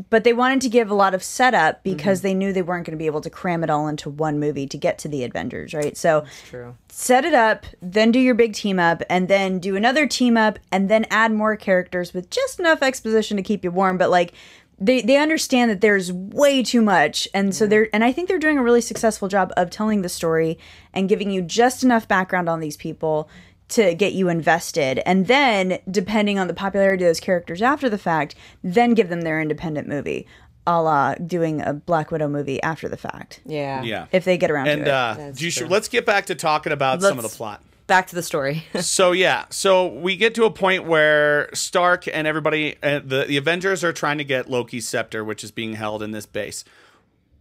Speaker 2: but they wanted to give a lot of setup because they knew they weren't going to be able to cram it all into one movie to get to the Avengers, right? So
Speaker 5: True.
Speaker 2: set it up, then do your big team up, and then do another team up, and then add more characters with just enough exposition to keep you warm. But like, they they understand that there's way too much, and
Speaker 4: Mm-hmm.
Speaker 2: so they're and I think they're doing a really successful job of telling the story and giving you just enough background on these people to get you invested and then depending on the popularity of those characters after the fact then give them their independent movie a la doing a black widow movie after the fact
Speaker 5: Yeah.
Speaker 4: yeah.
Speaker 2: if they get around
Speaker 4: and
Speaker 2: to it
Speaker 4: uh, do you sure, let's get back to talking about some of the
Speaker 5: Let's-
Speaker 4: plot.
Speaker 5: Back to the story.
Speaker 4: So yeah, so we get to a point where Stark and everybody, uh, the the Avengers are trying to get Loki's scepter, which is being held in this base.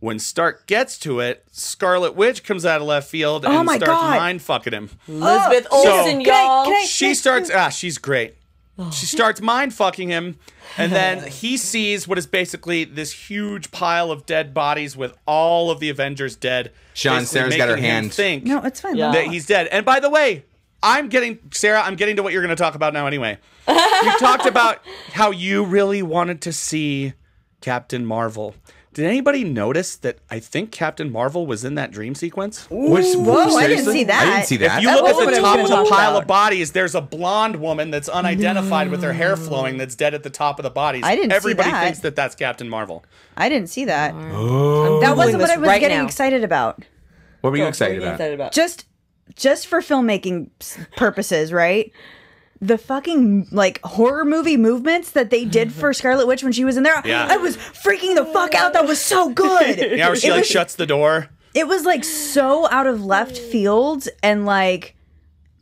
Speaker 4: When Stark gets to it, Scarlet Witch comes out of left field and
Speaker 2: Oh my
Speaker 4: starts
Speaker 2: God.
Speaker 4: mind fucking him.
Speaker 5: Elizabeth Olsen,
Speaker 2: Oh, Can I-
Speaker 5: y'all.
Speaker 2: can I-
Speaker 4: She starts ah, she's great.
Speaker 2: Oh.
Speaker 4: She starts mind fucking him, and then he sees what is basically this huge pile of dead bodies with all of the Avengers dead.
Speaker 3: Sean,
Speaker 4: basically
Speaker 3: Sarah's got her
Speaker 4: making him
Speaker 3: hand.
Speaker 4: Think
Speaker 2: no it's fine
Speaker 5: Yeah.
Speaker 2: Let-
Speaker 4: that he's dead. And by the way, I'm getting Sarah. I'm getting to what you're going to talk about now. Anyway, you talked about how you really wanted to see Captain Marvel. Did anybody notice that I think Captain Marvel was in that dream sequence?
Speaker 3: Which-
Speaker 2: Whoa, I didn't
Speaker 3: seriously?
Speaker 2: see
Speaker 3: I didn't
Speaker 2: that.
Speaker 3: see
Speaker 2: If
Speaker 3: that.
Speaker 4: If you
Speaker 2: That
Speaker 4: look
Speaker 2: was
Speaker 4: at
Speaker 2: what I
Speaker 4: the
Speaker 2: was
Speaker 4: top
Speaker 2: gonna
Speaker 4: of the
Speaker 2: talk
Speaker 4: pile
Speaker 2: about.
Speaker 4: of bodies, there's a blonde woman that's unidentified with her hair flowing that's dead at the top of the bodies.
Speaker 2: Mm. I didn't see
Speaker 4: Everybody
Speaker 2: that.
Speaker 4: thinks that that's Captain Marvel.
Speaker 2: I didn't see that. That wasn't
Speaker 5: this
Speaker 2: what I was
Speaker 5: right
Speaker 2: getting
Speaker 5: now.
Speaker 2: excited about.
Speaker 3: what were you
Speaker 2: Oh,
Speaker 5: What are
Speaker 3: excited
Speaker 5: you
Speaker 3: about?
Speaker 5: excited about?
Speaker 2: Just just for filmmaking s- purposes, right? The fucking like horror movie movements that they did for Scarlet Witch when she was in there,
Speaker 4: Yeah.
Speaker 2: I was freaking the fuck out. That was so good.
Speaker 4: Yeah, where she
Speaker 2: it
Speaker 4: like
Speaker 2: was,
Speaker 4: shuts the door.
Speaker 2: It was like so out of left field and like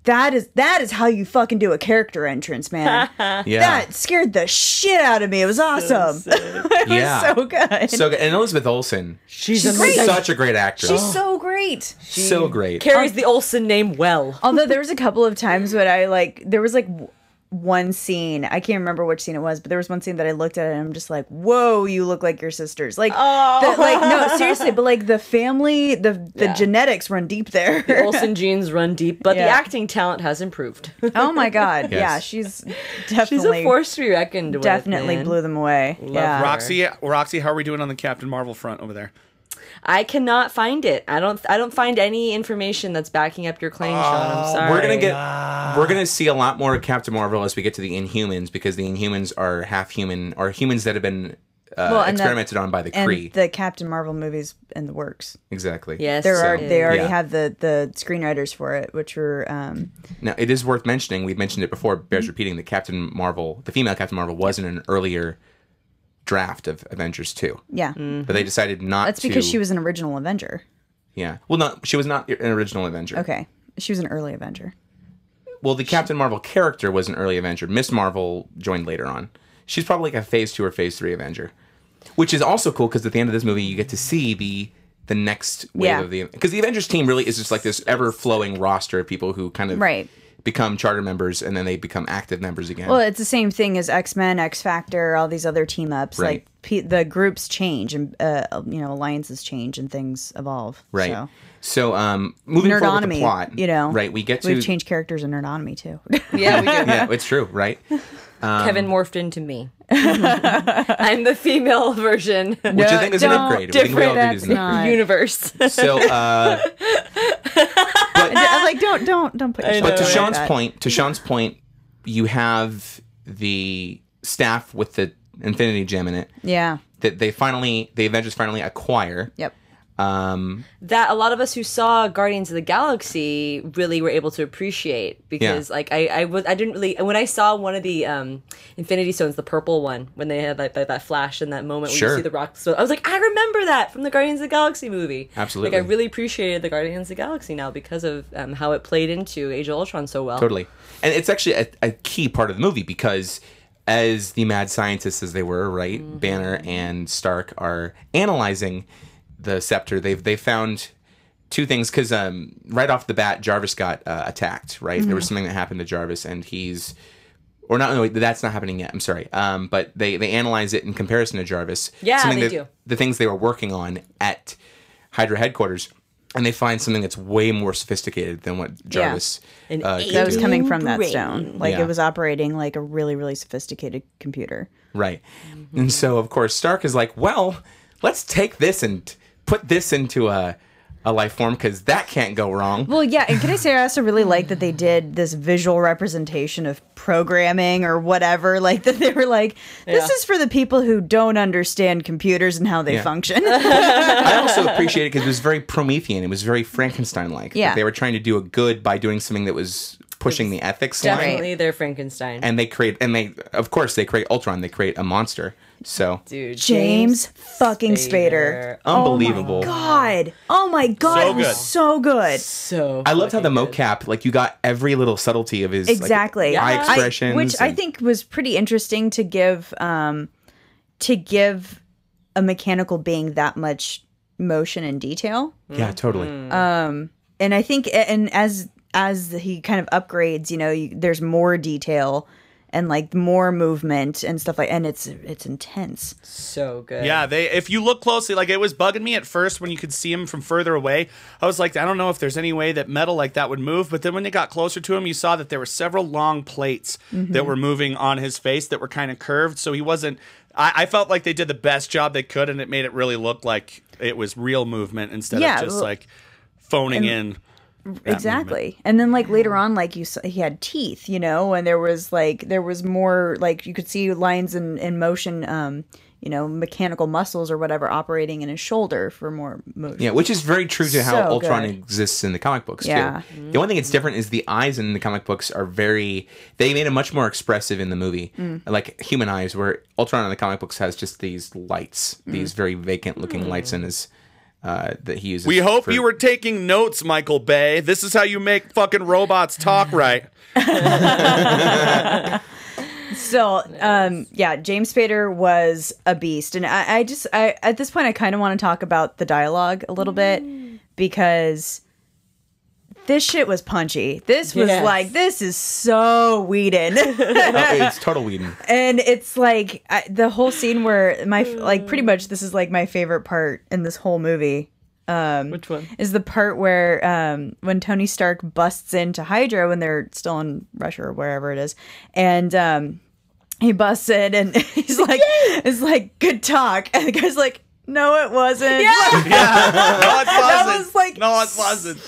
Speaker 2: that is that is how you fucking do a character entrance, man.
Speaker 3: Yeah.
Speaker 2: That scared the shit out of me. It was awesome. it
Speaker 3: Yeah.
Speaker 2: was so good.
Speaker 3: So good. and Elizabeth Olsen, she's,
Speaker 2: amazing.
Speaker 3: such a great actress.
Speaker 2: She's so great.
Speaker 3: so great.
Speaker 5: Carries the Olsen name well.
Speaker 2: Although there was a couple of times when I like there was like w- one scene I can't remember which scene it was, but there was one scene that I looked at it and I'm just like, "Whoa, you look like your sisters!" Like, the- like no, seriously, but like the family, the the
Speaker 5: Yeah.
Speaker 2: genetics run deep there.
Speaker 5: Olsen genes run deep, but the
Speaker 2: Yeah.
Speaker 5: acting talent has improved.
Speaker 2: oh my god,
Speaker 3: Yes.
Speaker 2: yeah, she's definitely
Speaker 5: She's a force to be reckoned with.
Speaker 2: definitely
Speaker 5: man.
Speaker 2: blew them away. yeah,
Speaker 4: Roxy, Roxy, how are we doing on the Captain Marvel front over there?
Speaker 5: I cannot find it. I don't. I don't find any information that's backing up your claim, Sean. I'm sorry.
Speaker 3: Ah, We're gonna get. We're gonna see a lot more of Captain Marvel as we get to the Inhumans because the Inhumans are half human, or humans that have been uh,
Speaker 2: Well, and the-
Speaker 3: experimented on by the
Speaker 2: and
Speaker 3: Kree.
Speaker 2: the Captain Marvel movies and the works.
Speaker 3: exactly.
Speaker 5: Yes.
Speaker 2: There are
Speaker 5: So-
Speaker 2: they already
Speaker 3: yeah.
Speaker 2: have the the screenwriters for it, which were um,
Speaker 3: Now, it is worth mentioning, we've mentioned it before, bears repeating that Captain Marvel, the female Captain Marvel, was in an earlier draft of Avengers 2.
Speaker 2: yeah.
Speaker 5: Mm.
Speaker 3: But they decided not
Speaker 2: That's
Speaker 3: to.
Speaker 2: because she was an original Avenger.
Speaker 3: Yeah. Well, no, she was not an original Avenger.
Speaker 2: Okay, she was an early Avenger.
Speaker 3: Well, the Captain Marvel character was an early Avenger. Miss Marvel joined later on. She's probably like a phase two or phase three Avenger, which is also cool because at the end of this movie, you get to see the the next wave
Speaker 2: Yeah.
Speaker 3: of the because the Avengers team really is just like this ever flowing roster of people who kind of
Speaker 2: Right.
Speaker 3: become charter members and then they become active members again.
Speaker 2: Well, it's the same thing as X Men, X Factor, all these other team ups.
Speaker 3: Right.
Speaker 2: Like pe- the groups change and uh, you know alliances change and things evolve.
Speaker 3: right. So,
Speaker 2: So.
Speaker 3: um, moving forward with the
Speaker 2: Nerdonomy,
Speaker 3: plot,
Speaker 2: you know.
Speaker 3: right? We get to
Speaker 2: We've changed characters in Nerdonomy too.
Speaker 5: Yeah, we do.
Speaker 3: Yeah, it's true, right? Um,
Speaker 5: Kevin morphed into me. I'm the female version
Speaker 3: Which I think is an upgrade. I think we all do is an
Speaker 2: that's
Speaker 3: upgrade.
Speaker 5: universe.
Speaker 3: So, uh,
Speaker 2: I'm like, don't, don't, don't put. Your
Speaker 3: But
Speaker 2: shoulder
Speaker 3: to
Speaker 2: like
Speaker 3: Sean's
Speaker 2: that.
Speaker 3: point, to Sean's point, you have the staff with the Infinity Gem in it
Speaker 2: yeah,
Speaker 3: that they finally, the Avengers finally acquire.
Speaker 2: yep,
Speaker 3: Um,
Speaker 5: that a lot of us who saw Guardians of the Galaxy really were able to appreciate because
Speaker 3: Yeah.
Speaker 5: like I I, was, I didn't really when I saw one of the um Infinity Stones the purple one when they had like that, that flash and that moment when
Speaker 3: Sure.
Speaker 5: you see the rock so I was like I remember that from the Guardians of the Galaxy movie
Speaker 3: Absolutely.
Speaker 5: like I really appreciated the Guardians of the Galaxy now because of um, how it played into Age of Ultron so well
Speaker 3: totally. And it's actually a, a key part of the movie because as the mad scientists as they were, right,
Speaker 5: Mm-hmm.
Speaker 3: Banner and Stark are analyzing the scepter. They've they found two things because um, right off the bat, Jarvis got uh, attacked. Right, there was
Speaker 5: Mm-hmm.
Speaker 3: something that happened to Jarvis, and he's or not. No, that's not happening yet. I'm sorry. Um, but they they analyze it in comparison to Jarvis.
Speaker 5: Yeah,
Speaker 3: something
Speaker 5: they
Speaker 3: that-
Speaker 5: do.
Speaker 3: The things they were working on at Hydra headquarters, and they find something that's way more sophisticated than what Jarvis.
Speaker 5: An
Speaker 3: uh, could
Speaker 5: alien
Speaker 2: that was
Speaker 3: do.
Speaker 2: coming from that
Speaker 5: Brain.
Speaker 2: stone. Like
Speaker 3: Yeah.
Speaker 2: it was operating like a really, really sophisticated computer.
Speaker 3: Right.
Speaker 2: Mm-hmm.
Speaker 3: And so, of course, Stark is like, well, let's take this and put this into a, a life form because that can't go wrong.
Speaker 2: Well, yeah, and can I say I also really like that they did this visual representation of programming or whatever. Like that they were like, this
Speaker 5: Yeah.
Speaker 2: is for the people who don't understand computers and how they
Speaker 3: Yeah.
Speaker 2: function.
Speaker 3: I also appreciate it because it was very Promethean. It was very Frankenstein like.
Speaker 2: Yeah.
Speaker 3: They were trying to do a good by doing something that was pushing the ethics line.
Speaker 5: definitely they're Frankenstein
Speaker 3: And they create, and they, of course, they create Ultron. They create a monster. So
Speaker 5: dude
Speaker 2: James fucking Spader.
Speaker 3: unbelievable.
Speaker 2: Oh God. Oh my God.
Speaker 4: So
Speaker 2: it was
Speaker 4: good.
Speaker 2: so good.
Speaker 5: so
Speaker 3: I loved how the
Speaker 5: fucking good.
Speaker 3: mocap, like you got every little subtlety of his like,
Speaker 2: exactly
Speaker 3: eye
Speaker 2: I-
Speaker 3: expressions,
Speaker 2: which I
Speaker 3: and-
Speaker 2: think was pretty interesting to give um, to give a mechanical being that much motion and detail.
Speaker 3: yeah, totally.
Speaker 2: And I think, and as as he kind of upgrades, you know, you, there's more detail and like more movement and stuff like, and it's it's intense.
Speaker 5: so good
Speaker 4: Yeah, they if you look closely, like it was bugging me at first when you could see him from further away. I was like, I don't know if there's any way that metal like that would move, but then when they got closer to him, you saw that there were several long plates
Speaker 2: Mm-hmm.
Speaker 4: that were moving on his face that were kind of curved, so he wasn't I, I felt like they did the best job they could and it made it really look like it was real movement instead
Speaker 2: Yeah,
Speaker 4: of just
Speaker 2: well-
Speaker 4: like phoning in.
Speaker 2: exactly and then like later on like you s he had teeth you know and there was like there was more like you could see lines in in motion um you know mechanical muscles or whatever operating in his shoulder for more motion
Speaker 3: Yeah, which is very true to how
Speaker 2: So
Speaker 3: Ultron
Speaker 2: good.
Speaker 3: exists in the comic books
Speaker 2: Yeah.
Speaker 3: too. The only thing that's different is the eyes in the comic books are very they made it much more expressive in the movie.
Speaker 2: Mm.
Speaker 3: Like human eyes where Ultron in the comic books has just these lights,
Speaker 2: Mm.
Speaker 3: these very vacant looking lights in his uh, that he uses.
Speaker 4: We hope
Speaker 3: for-
Speaker 4: you were taking notes, Michael Bay. This is how you make fucking robots talk right.
Speaker 2: so um yeah james spader was a beast and i, I just i at this point i kind of want to talk about the dialogue a little bit because this shit was punchy this was
Speaker 5: Yes.
Speaker 2: like this is so Whedon.
Speaker 3: Oh, it's total Whedon.
Speaker 2: and it's like I, the whole scene where my like pretty much this is like my favorite part in this whole movie
Speaker 5: which one
Speaker 2: is the part where um when Tony Stark busts into Hydra when they're still in Russia or wherever it is and um he busts in and he's like it's like good talk and the guy's like no it wasn't
Speaker 4: no, it wasn't.
Speaker 2: was like
Speaker 4: no, it wasn't.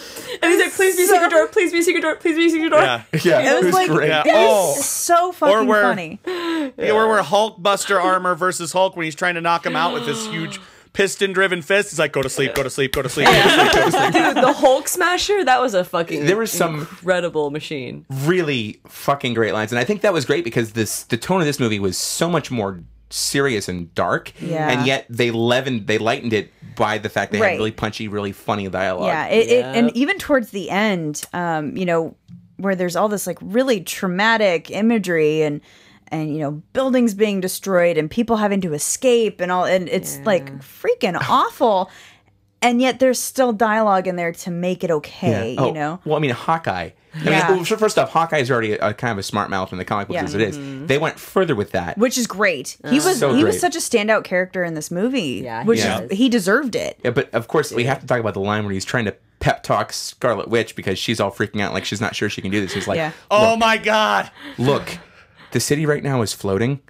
Speaker 5: And he's like, please be secret door, please be secret door, please be secret door.
Speaker 4: Yeah.
Speaker 3: Yeah,
Speaker 2: It was like
Speaker 3: great.
Speaker 4: Yeah.
Speaker 2: it was
Speaker 4: Oh.
Speaker 2: so fucking
Speaker 4: where-
Speaker 2: funny.
Speaker 4: Yeah, where we're Hulkbuster armor versus Hulk when he's trying to knock him out with this huge piston-driven fist. He's like, "Go to sleep, go to sleep, go to sleep." Go to sleep.
Speaker 5: Dude, the Hulk Smasher, that was a fucking
Speaker 3: There was some-
Speaker 5: incredible machine.
Speaker 3: really fucking great lines, and I think that was great because this the tone of this movie was so much more serious and dark,
Speaker 2: Yeah.
Speaker 3: and yet they leavened they lightened it by the fact they
Speaker 2: Right.
Speaker 3: had really punchy, really funny dialogue.
Speaker 2: Yeah, it, it and
Speaker 5: Yep.
Speaker 2: even towards the end, um, you know, where there's all this like really traumatic imagery and and you know buildings being destroyed and people having to escape and all and it's like freaking awful. And yet there's still dialogue in there to make it okay,
Speaker 3: Oh,
Speaker 2: you know.
Speaker 3: Well, I mean, Hawkeye. I mean,
Speaker 2: Yeah.
Speaker 3: well, so first off, Hawkeye is already a, a kind of a smart mouth in the comic books
Speaker 2: Yeah. Mm-hmm.
Speaker 3: as it is. They went further with that.
Speaker 2: Which is great. He was
Speaker 3: So
Speaker 2: he
Speaker 3: great.
Speaker 2: was such a standout character in this movie.
Speaker 5: Yeah, he
Speaker 2: which
Speaker 3: Yeah.
Speaker 2: is, he deserved it.
Speaker 3: Yeah, but of course, we have to talk about the line where he's trying to pep talk Scarlet Witch because she's all freaking out, like she's not sure she can do this. He's like,
Speaker 2: Yeah.
Speaker 4: oh my god!
Speaker 3: "Look, the city right now is floating.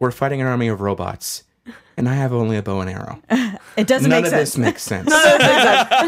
Speaker 3: We're fighting an army of robots." And I have only a bow and arrow.
Speaker 2: It doesn't
Speaker 3: None
Speaker 2: make
Speaker 3: of
Speaker 2: sense.
Speaker 3: this makes sense.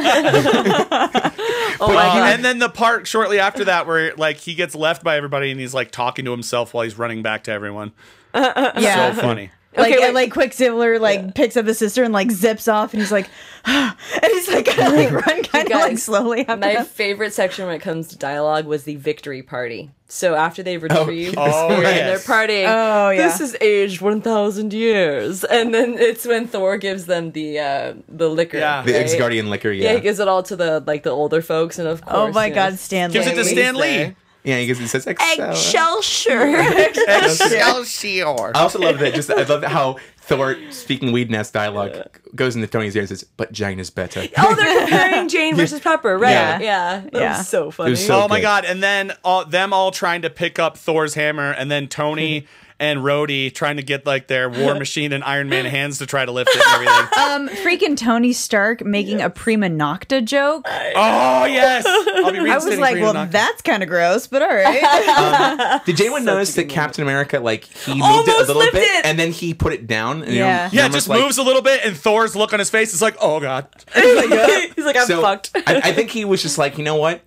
Speaker 2: Oh
Speaker 4: Uh, and then the part shortly after that where like he gets left by everybody and he's like talking to himself while he's running back to everyone.
Speaker 2: yeah.
Speaker 4: So funny.
Speaker 2: Like,
Speaker 5: Okay,
Speaker 2: and,
Speaker 5: wait.
Speaker 2: like Quicksilver like picks up his sister and like zips off, and he's like, and he's like, kinda, like run kind of like
Speaker 5: guys,
Speaker 2: slowly after
Speaker 5: My
Speaker 2: them.
Speaker 5: favorite section when it comes to dialogue was the victory party. So after they retrieve the
Speaker 4: Oh,
Speaker 5: spear and they're
Speaker 4: yes.
Speaker 5: partying,
Speaker 2: Oh, yeah.
Speaker 5: this is aged one thousand years, and then it's when Thor gives them the uh, the liquor,
Speaker 4: Yeah.
Speaker 3: the
Speaker 5: right?
Speaker 3: ex guardian liquor, yeah.
Speaker 5: Yeah, he gives it all to the like the older folks, and of course,
Speaker 2: Oh my
Speaker 5: you know,
Speaker 2: God, Stanley!
Speaker 4: Gives it to Stan Lee.
Speaker 5: there.
Speaker 3: Yeah, he gives it says "Excel."
Speaker 5: Excelsior.
Speaker 4: Excelsior.
Speaker 3: I also love that. Just I love how Thor speaking weed nest dialogue goes into Tony's ear and says, "But Jane is better."
Speaker 5: oh, they're comparing Jane versus Pepper, right?
Speaker 3: Yeah.
Speaker 5: Yeah, yeah. That
Speaker 2: Yeah.
Speaker 5: was so funny.
Speaker 3: It was so-
Speaker 4: oh my
Speaker 3: good.
Speaker 4: god! And then all, them all trying to pick up Thor's hammer, and then Tony and Rhodey trying to get like their War Machine and Iron Man hands to try to lift it and everything.
Speaker 2: Um, freaking Tony Stark making a prima nocta joke.
Speaker 4: oh yes, I'll be
Speaker 2: I was like, well, that's kind of gross, but all right.
Speaker 3: Did anyone notice that Captain America like he moved it a
Speaker 5: Almost
Speaker 3: little
Speaker 5: lifted
Speaker 3: bit
Speaker 5: it!
Speaker 3: and then he put it down? And
Speaker 2: Yeah.
Speaker 3: he
Speaker 4: yeah, it
Speaker 3: almost,
Speaker 4: just
Speaker 3: like-
Speaker 4: moves a little bit, and Thor's look on his face is like, oh god.
Speaker 5: He's like, I'm
Speaker 3: So I,
Speaker 5: fucked.
Speaker 3: I think he was just like, you know what?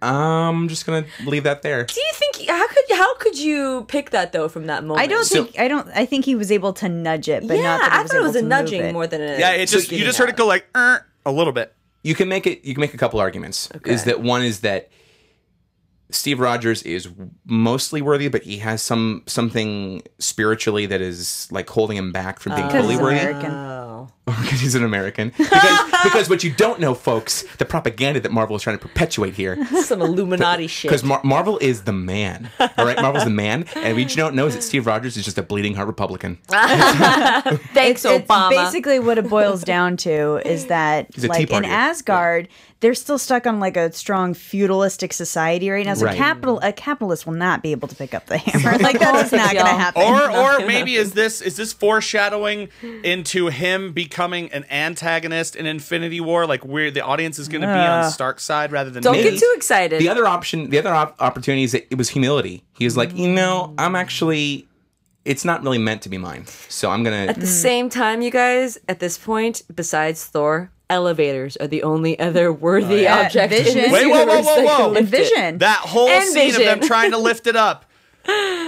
Speaker 3: I'm just gonna leave that there.
Speaker 5: Do you think how could how could you pick that though from that moment?
Speaker 2: I don't
Speaker 3: So-
Speaker 2: think I don't. I think he was able to nudge it, but
Speaker 5: yeah,
Speaker 2: not. That he
Speaker 5: I thought it
Speaker 2: able
Speaker 5: was a
Speaker 2: to move
Speaker 5: nudging
Speaker 2: it.
Speaker 5: more than a
Speaker 4: Yeah, it just you
Speaker 5: getting
Speaker 4: just heard it
Speaker 5: out.
Speaker 4: go like er, a little bit.
Speaker 3: You can make it. You can make a couple arguments. Is that one is that Steve Rogers is mostly worthy, but he has some something spiritually that is like holding him back from being
Speaker 2: Oh. Because
Speaker 3: fully
Speaker 2: he's
Speaker 3: worthy.
Speaker 2: American.
Speaker 3: because he's an American. Because, because what you don't know, folks, the propaganda that Marvel is trying to perpetuate here.
Speaker 5: some Illuminati shit.
Speaker 3: Because Mar- Marvel is the man, all right? Marvel's the man, and what you don't know is that Steve Rogers is just a bleeding heart Republican.
Speaker 5: Thanks,
Speaker 2: it's basically what it boils down to is that
Speaker 3: a Tea
Speaker 2: like in
Speaker 3: Partier.
Speaker 2: Asgard, they're still stuck on like a strong feudalistic society right now. So
Speaker 3: Right.
Speaker 2: capital a capitalist will not be able to pick up the hammer. Like that is not gonna
Speaker 5: y'all.
Speaker 2: happen.
Speaker 4: Or or maybe is this is this foreshadowing into him becoming an antagonist in Infinity War? Like where the audience is going to be on Stark's side rather than
Speaker 5: Don't
Speaker 4: me.
Speaker 5: get too excited.
Speaker 3: The other option, the other op- opportunity is that it was humility. He was like, you know, I'm actually, it's not really meant to be mine, so I'm gonna.
Speaker 5: At the same time, you guys, at this point, besides Thor, elevators are the only other worthy
Speaker 2: yeah.
Speaker 5: object.
Speaker 2: Vision.
Speaker 5: In this
Speaker 4: Wait, whoa, whoa,
Speaker 5: universe
Speaker 4: whoa,
Speaker 5: that can
Speaker 4: whoa.
Speaker 5: lift it.
Speaker 2: Vision.
Speaker 4: that whole
Speaker 5: And
Speaker 4: scene of
Speaker 5: Vision.
Speaker 4: them trying to lift it up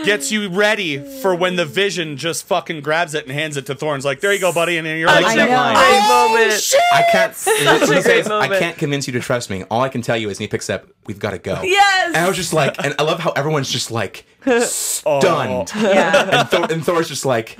Speaker 4: gets you ready for when the Vision just fucking grabs it and hands it to Thorne's like, there you go, buddy, and then you're like,
Speaker 3: I
Speaker 2: I
Speaker 3: that
Speaker 2: know.
Speaker 3: line.
Speaker 5: Great moment.
Speaker 3: I can't. he
Speaker 5: a great
Speaker 3: says, I
Speaker 5: moment.
Speaker 3: can't convince you to trust me. All I can tell you is, and he picks up. We've got to go.
Speaker 5: Yes!
Speaker 3: And I was just like, and I love how everyone's just like stunned,
Speaker 2: yeah.
Speaker 3: and, Thor, and Thor's just like,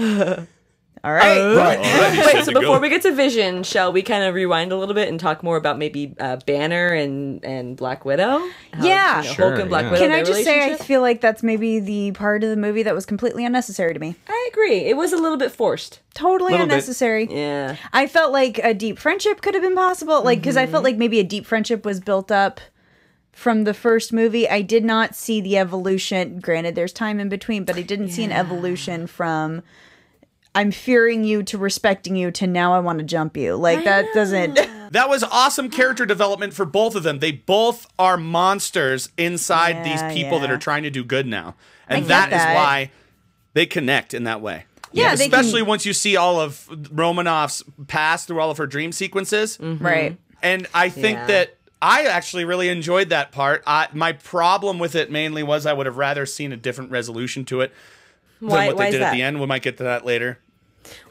Speaker 2: All right.
Speaker 3: right.
Speaker 5: Wait, so before we get to Vision, shall we kind of rewind a little bit and talk more about maybe uh, Banner and, and Black Widow? How,
Speaker 2: Yeah.
Speaker 5: you know,
Speaker 3: Sure,
Speaker 5: Hulk and Black
Speaker 3: yeah.
Speaker 5: Widow.
Speaker 2: Can I
Speaker 5: their
Speaker 2: just say I
Speaker 5: relationship?
Speaker 2: feel like that's maybe the part of the movie that was completely unnecessary to me.
Speaker 5: I agree. It was a little bit forced.
Speaker 2: Totally
Speaker 3: Little bit.
Speaker 2: unnecessary.
Speaker 5: Yeah.
Speaker 2: I felt like a deep friendship could have been possible. Like, because
Speaker 5: Mm-hmm.
Speaker 2: I felt like maybe a deep friendship was built up from the first movie. I did not see the evolution. Granted, there's time in between, but I didn't see an evolution from I'm fearing you to respecting you to now I want to jump you. Like, that doesn't.
Speaker 4: That was awesome character development for both of them. They both are monsters inside
Speaker 2: Yeah,
Speaker 4: these people that
Speaker 2: yeah.
Speaker 4: are trying to do good now. And
Speaker 2: get
Speaker 4: that is
Speaker 2: that.
Speaker 4: why they connect in that way.
Speaker 2: Yeah, they can-
Speaker 4: especially once you see all of
Speaker 2: Mm-hmm.
Speaker 4: Romanoff's past through all of her dream sequences.
Speaker 5: Mm-hmm.
Speaker 2: right.
Speaker 4: And I think
Speaker 5: Yeah.
Speaker 4: that I actually really enjoyed that part. I, my problem with it mainly was I would have rather seen a different resolution to it than
Speaker 5: Why-
Speaker 4: what they
Speaker 5: why is
Speaker 4: did at
Speaker 5: that?
Speaker 4: the end. We might get to that later.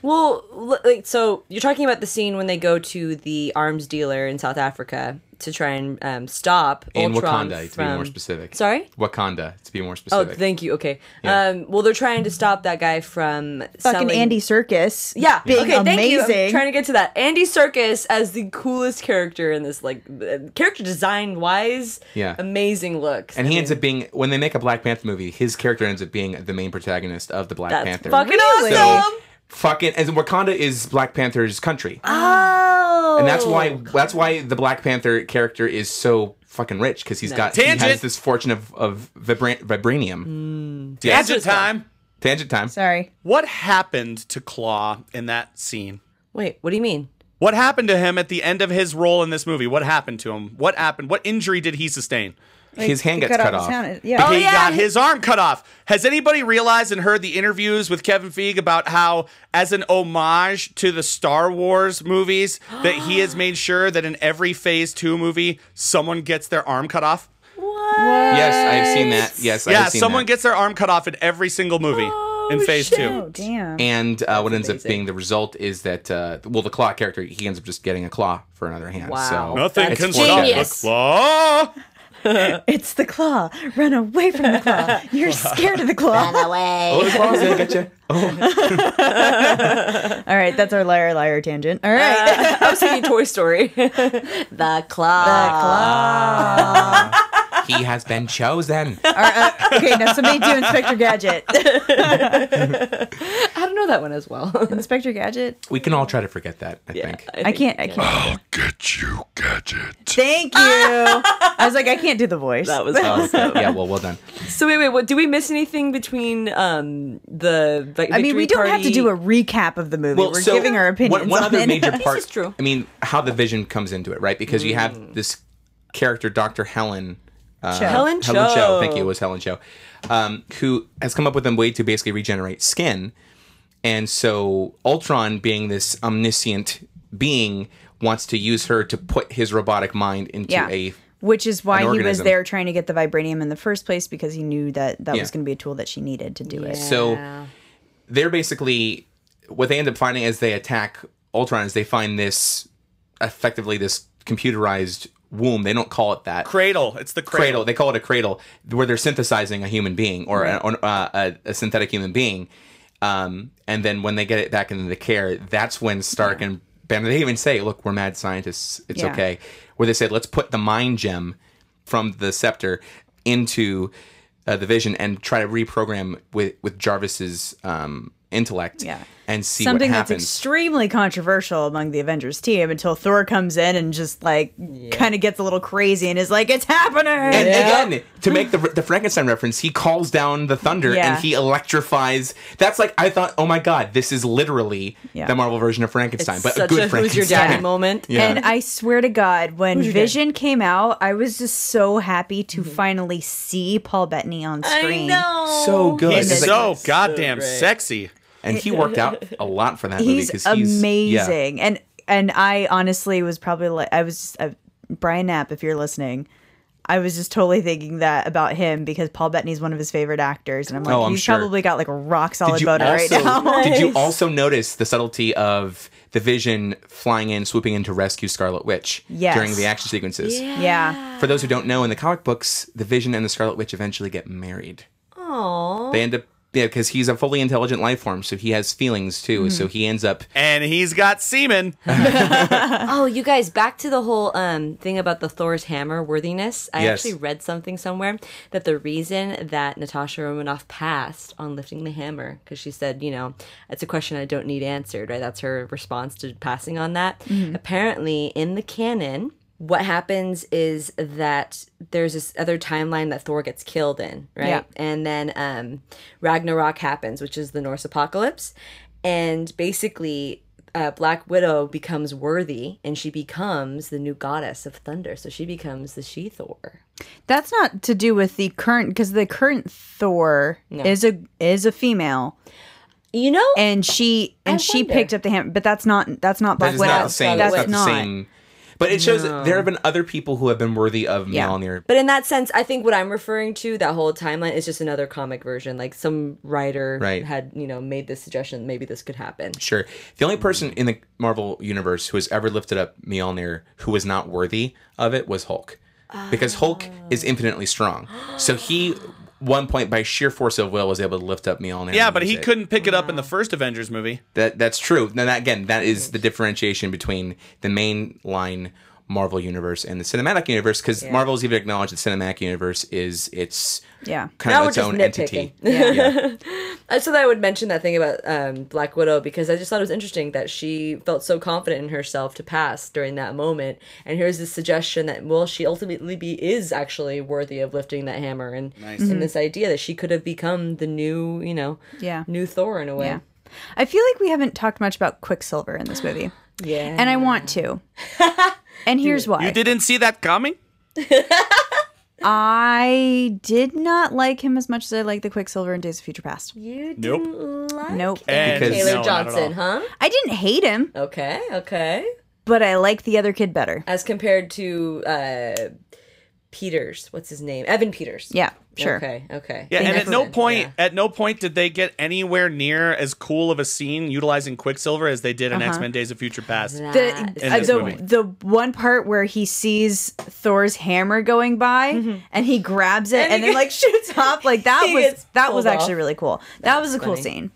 Speaker 5: Well, l- like so, you're talking about the scene when they go to the arms dealer in South Africa to try and um, stop
Speaker 3: in
Speaker 5: Ultron
Speaker 3: Wakanda, to
Speaker 5: from-
Speaker 3: be more specific.
Speaker 5: Sorry.
Speaker 3: Wakanda, to be more
Speaker 5: Oh,
Speaker 3: specific.
Speaker 5: thank you. Okay.
Speaker 3: Yeah.
Speaker 5: Um, well, they're trying to stop that guy from
Speaker 2: Fucking
Speaker 5: selling-
Speaker 2: Andy Circus.
Speaker 5: Yeah.
Speaker 2: Being
Speaker 5: okay. Thank you.
Speaker 2: amazing.
Speaker 5: I'm trying to get to that. Andy Circus as the coolest character in this, like uh, character design wise.
Speaker 3: Yeah.
Speaker 5: Amazing looks.
Speaker 3: and he ends up being when they make a Black Panther movie, his character ends up being the main protagonist of the Black
Speaker 5: That's
Speaker 3: Panther.
Speaker 5: fucking
Speaker 2: Really?
Speaker 5: awesome.
Speaker 3: fucking and Wakanda is Black Panther's country.
Speaker 5: Oh.
Speaker 3: and that's why that's why the Black Panther character is so fucking rich because he's got he has
Speaker 4: Tangent!
Speaker 3: this fortune of of vibra- vibranium.
Speaker 4: Gadget time.
Speaker 3: Tangent time.
Speaker 2: Sorry.
Speaker 4: What happened to Claw in that scene?
Speaker 5: Wait. What do you mean?
Speaker 4: What happened to him at the end of his role in this movie? What happened to him? What happened? What injury did he sustain?
Speaker 3: his hand
Speaker 2: He
Speaker 3: gets cut,
Speaker 2: his
Speaker 3: off.
Speaker 2: hand. Yeah. Oh,
Speaker 4: he
Speaker 5: Oh, yeah.
Speaker 4: got his arm cut off. Has anybody realized and heard the interviews with Kevin Feige about how, as an homage to the Star Wars movies, that he has made sure that in every Phase Two movie, someone gets their arm cut off?
Speaker 5: What?
Speaker 3: Yes, I've seen that. Yes,
Speaker 4: yeah,
Speaker 3: I've seen
Speaker 4: someone
Speaker 3: that.
Speaker 4: gets their arm cut off in every single movie in
Speaker 5: Oh,
Speaker 4: Phase
Speaker 5: shit.
Speaker 4: Two.
Speaker 2: Oh, damn.
Speaker 3: And uh, what ends up
Speaker 5: amazing.
Speaker 3: being the result is that uh, well, the claw character he ends up just getting a claw for another hand.
Speaker 5: Wow.
Speaker 3: So
Speaker 4: Nothing
Speaker 3: it's
Speaker 4: can
Speaker 3: foreshadowing.
Speaker 4: stop the
Speaker 5: Genius.
Speaker 4: claw.
Speaker 2: It's the claw. Run away from the claw. You're scared of the claw.
Speaker 3: Oh, the claw's gonna get you.
Speaker 2: All right, that's our liar liar tangent. All right.
Speaker 5: I was thinking Toy Story. the claw.
Speaker 3: He has been chosen.
Speaker 2: All right, uh, okay, now somebody do Inspector Gadget.
Speaker 5: I don't know that one as well.
Speaker 2: Inspector Gadget.
Speaker 3: We can all try to forget that. I think.
Speaker 2: I can't. I can't.
Speaker 1: Get you, Gadget.
Speaker 2: Thank you. I was like, I can't do the voice.
Speaker 5: That was awesome.
Speaker 3: So, yeah. Well, well done.
Speaker 5: So wait, wait, what? Do we miss anything between um the? vi-
Speaker 2: I mean, we
Speaker 5: victory
Speaker 2: don't have to
Speaker 5: party-
Speaker 2: do a recap of the movie. We're
Speaker 3: so
Speaker 2: giving our opinions.
Speaker 3: One, one
Speaker 2: on
Speaker 3: other
Speaker 2: it.
Speaker 3: major part.
Speaker 5: is true.
Speaker 3: I mean, how the vision comes into it, right? Because you
Speaker 2: Mm.
Speaker 3: have this character, Doctor Helen. Uh,
Speaker 2: Cho.
Speaker 5: Helen
Speaker 3: Helen
Speaker 5: Cho.
Speaker 3: Thank you. It was Helen Cho, um, who has come up with a way to basically regenerate skin, and so Ultron, being this omniscient being, wants to use her to put his robotic mind into
Speaker 2: yeah.
Speaker 3: a
Speaker 2: Which is
Speaker 3: an
Speaker 2: why he was
Speaker 3: organism.
Speaker 2: there trying to get the vibranium in the first place because he knew that that
Speaker 3: Yeah.
Speaker 2: was going to be a tool that she needed to do it.
Speaker 3: So they're basically what they end up finding as they attack Ultron is they find this effectively this computerized womb. They don't call it that.
Speaker 4: Cradle. It's the
Speaker 3: Cradle. They call it a cradle, where they're synthesizing a human being or a, or, uh, a, a synthetic human being. Um, and then when they get it back into the care, that's when Stark and Banner they even say, "Look, we're mad scientists. It's
Speaker 2: Yeah.
Speaker 3: okay." Where they say, "Let's put the mind gem from the scepter into uh, the Vision and try to reprogram with with Jarvis's um, intellect
Speaker 2: Yeah.
Speaker 3: and see
Speaker 2: Something
Speaker 3: what
Speaker 2: that's
Speaker 3: happens."
Speaker 2: extremely controversial among the Avengers team until Thor comes in and just like kind of gets a little crazy and is like, "It's happening!"
Speaker 3: And again, to make the, the Frankenstein reference, he calls down the thunder
Speaker 2: Yeah.
Speaker 3: and he electrifies. That's like I thought. Oh my god, this is literally
Speaker 2: Yeah.
Speaker 3: the Marvel version of Frankenstein,
Speaker 5: It's
Speaker 3: but a
Speaker 5: such
Speaker 3: good
Speaker 5: a
Speaker 3: Frankenstein.
Speaker 5: who's your daddy moment.
Speaker 3: Yeah.
Speaker 2: And I swear to God, when Vision came out, I was just so happy to finally see Paul Bettany on
Speaker 5: Mm-hmm. I
Speaker 2: screen.
Speaker 5: know.
Speaker 3: So good.
Speaker 4: He's
Speaker 3: It's like-
Speaker 4: so goddamn
Speaker 5: great.
Speaker 4: sexy.
Speaker 3: and he worked out a lot for that movie
Speaker 2: He's
Speaker 3: because yeah.
Speaker 2: amazing. And and I honestly was probably like I was uh, Brian Knapp, if you're listening. I was just totally thinking that about him because Paul Bettany's one of his favorite actors, and I'm like,
Speaker 3: Oh, I'm
Speaker 2: he's
Speaker 3: sure.
Speaker 2: probably got like a rock solid
Speaker 3: Did you,
Speaker 2: boner right
Speaker 3: also,
Speaker 2: now.
Speaker 3: did you
Speaker 5: Nice.
Speaker 3: also notice the subtlety of the Vision flying in, swooping in to rescue Scarlet Witch
Speaker 2: Yes.
Speaker 3: during the action sequences?
Speaker 2: yeah,
Speaker 3: For those who don't know, in the comic books, the Vision and the Scarlet Witch eventually get married.
Speaker 5: Aww.
Speaker 3: They end up yeah, because he's a fully intelligent life form, so he has feelings too. So he ends up
Speaker 4: And he's got semen.
Speaker 5: Oh, you guys, back to the whole um, thing about the Thor's hammer worthiness. I
Speaker 3: Yes.
Speaker 5: actually read something somewhere that the reason that Natasha Romanoff passed on lifting the hammer, because she said, you know, it's a question I don't need answered, right? That's her response to passing on that. Apparently, in the canon, what happens is that there's this other timeline that Thor gets killed in, right?
Speaker 2: Yeah.
Speaker 5: And then um, Ragnarok happens, which is the Norse apocalypse. And basically, uh, Black Widow becomes worthy and she becomes the new goddess of thunder. So she becomes the She Thor.
Speaker 2: that's not to do with the current because the current Thor is a is a female,
Speaker 5: You know?
Speaker 2: and she and she
Speaker 5: wonder.
Speaker 2: picked up the hammer, but that's not that's not Black
Speaker 3: That is
Speaker 2: Widow.
Speaker 3: not the same.
Speaker 5: That's
Speaker 3: That's not the
Speaker 2: not.
Speaker 3: same. But it shows that there have been other people who have been worthy of
Speaker 5: Yeah.
Speaker 3: Mjolnir.
Speaker 5: But in that sense, I think what I'm referring to, that whole timeline, is just another comic version. Like some writer
Speaker 3: Right.
Speaker 5: had, you know, made this suggestion maybe this could happen.
Speaker 3: Sure. The only person in the Marvel universe who has ever lifted up Mjolnir who was not worthy of it was Hulk. Because Hulk is infinitely strong. So he one point by sheer force of will was able to lift up Mjolnir.
Speaker 4: Yeah,
Speaker 3: and
Speaker 4: but
Speaker 3: use
Speaker 4: he
Speaker 3: it.
Speaker 4: couldn't pick it up in the first Avengers movie.
Speaker 3: That that's true. Now that, again, that is the differentiation between the main line Marvel universe and the cinematic universe because Marvel's even acknowledged the cinematic universe is its
Speaker 2: Yeah.
Speaker 3: kind
Speaker 5: Now
Speaker 3: of
Speaker 5: we're
Speaker 3: its
Speaker 5: just
Speaker 3: own entity.
Speaker 5: nitpicking. Uh, So that I would mention that thing about um, Black Widow because I just thought it was interesting that she felt so confident in herself to pass during that moment. And here's this suggestion that well, she ultimately be is actually worthy of lifting that hammer and
Speaker 2: Mm-hmm.
Speaker 5: and this idea that she could have become the new you know
Speaker 2: Yeah.
Speaker 5: new Thor in a way.
Speaker 2: Yeah. I feel like we haven't talked much about Quicksilver in this movie,
Speaker 5: Yeah.
Speaker 2: and I want to. And here's why.
Speaker 4: You didn't see that coming?
Speaker 2: I did not like him as much as I like the Quicksilver in Days of Future Past.
Speaker 5: you
Speaker 4: Nope.
Speaker 5: didn't like
Speaker 2: Nope.
Speaker 4: And
Speaker 3: Because-
Speaker 5: Taylor
Speaker 4: no, not at
Speaker 5: Johnson,
Speaker 4: all.
Speaker 5: huh?
Speaker 2: I didn't hate him,
Speaker 5: Okay, okay.
Speaker 2: but I like the other kid better.
Speaker 5: As compared to uh Peters, what's his name? Evan Peters.
Speaker 2: Yeah, sure.
Speaker 5: Okay, okay.
Speaker 4: Yeah, and at no
Speaker 5: Excellent,
Speaker 4: point,
Speaker 5: yeah.
Speaker 4: at no point did they get anywhere near as cool of a scene utilizing Quicksilver as they did in
Speaker 5: Uh-huh.
Speaker 4: X Men: Days of Future Past.
Speaker 5: That-
Speaker 2: The
Speaker 4: In
Speaker 2: uh,
Speaker 4: this
Speaker 2: the,
Speaker 4: movie.
Speaker 2: the one part where he sees Thor's hammer going by and he grabs it and,
Speaker 5: And he
Speaker 2: then like shoots up like that
Speaker 5: he
Speaker 2: was
Speaker 5: gets
Speaker 2: that was
Speaker 5: pulled
Speaker 2: actually
Speaker 5: off.
Speaker 2: really cool. That was a cool
Speaker 5: funny.
Speaker 2: scene.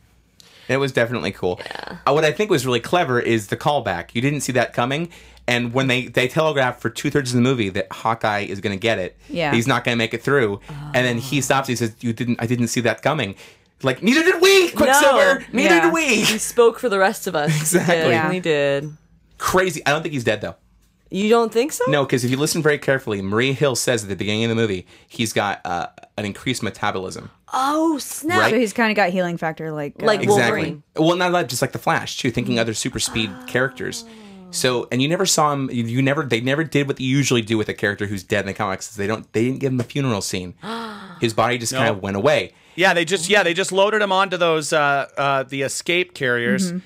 Speaker 3: It was definitely cool. Uh, what I think was really clever is the callback. You didn't see that coming. And when they, they telegraph for two thirds of the movie that Hawkeye is going to get it,
Speaker 2: Yeah. Oh.
Speaker 3: he's not going to make it through. And then he stops. He says, "You didn't. I didn't see that coming." Like neither did we, Quicksilver. neither
Speaker 2: Yeah.
Speaker 3: did we.
Speaker 5: he spoke for the rest of us.
Speaker 3: Exactly.
Speaker 5: He definitely
Speaker 2: Yeah.
Speaker 5: did.
Speaker 3: Crazy. I don't think he's dead though.
Speaker 5: You don't think so?
Speaker 3: No, because if you listen very carefully, Maria Hill says at the beginning of the movie he's got uh, an increased metabolism.
Speaker 5: Oh snap!
Speaker 3: Right?
Speaker 2: So he's kind of got healing factor like
Speaker 5: Like
Speaker 2: uh,
Speaker 5: Wolverine. Oh.
Speaker 3: Exactly. Well, not that, just like the Flash too. Thinking other super speed characters. So, and you never saw him. You, you never. They never did what they usually do with a character who's dead in the comics. Is they don't. They didn't give him a funeral scene. His body just kind of went away.
Speaker 4: Yeah, they just yeah they just loaded him onto those uh, uh, the escape carriers,
Speaker 5: Mm-hmm.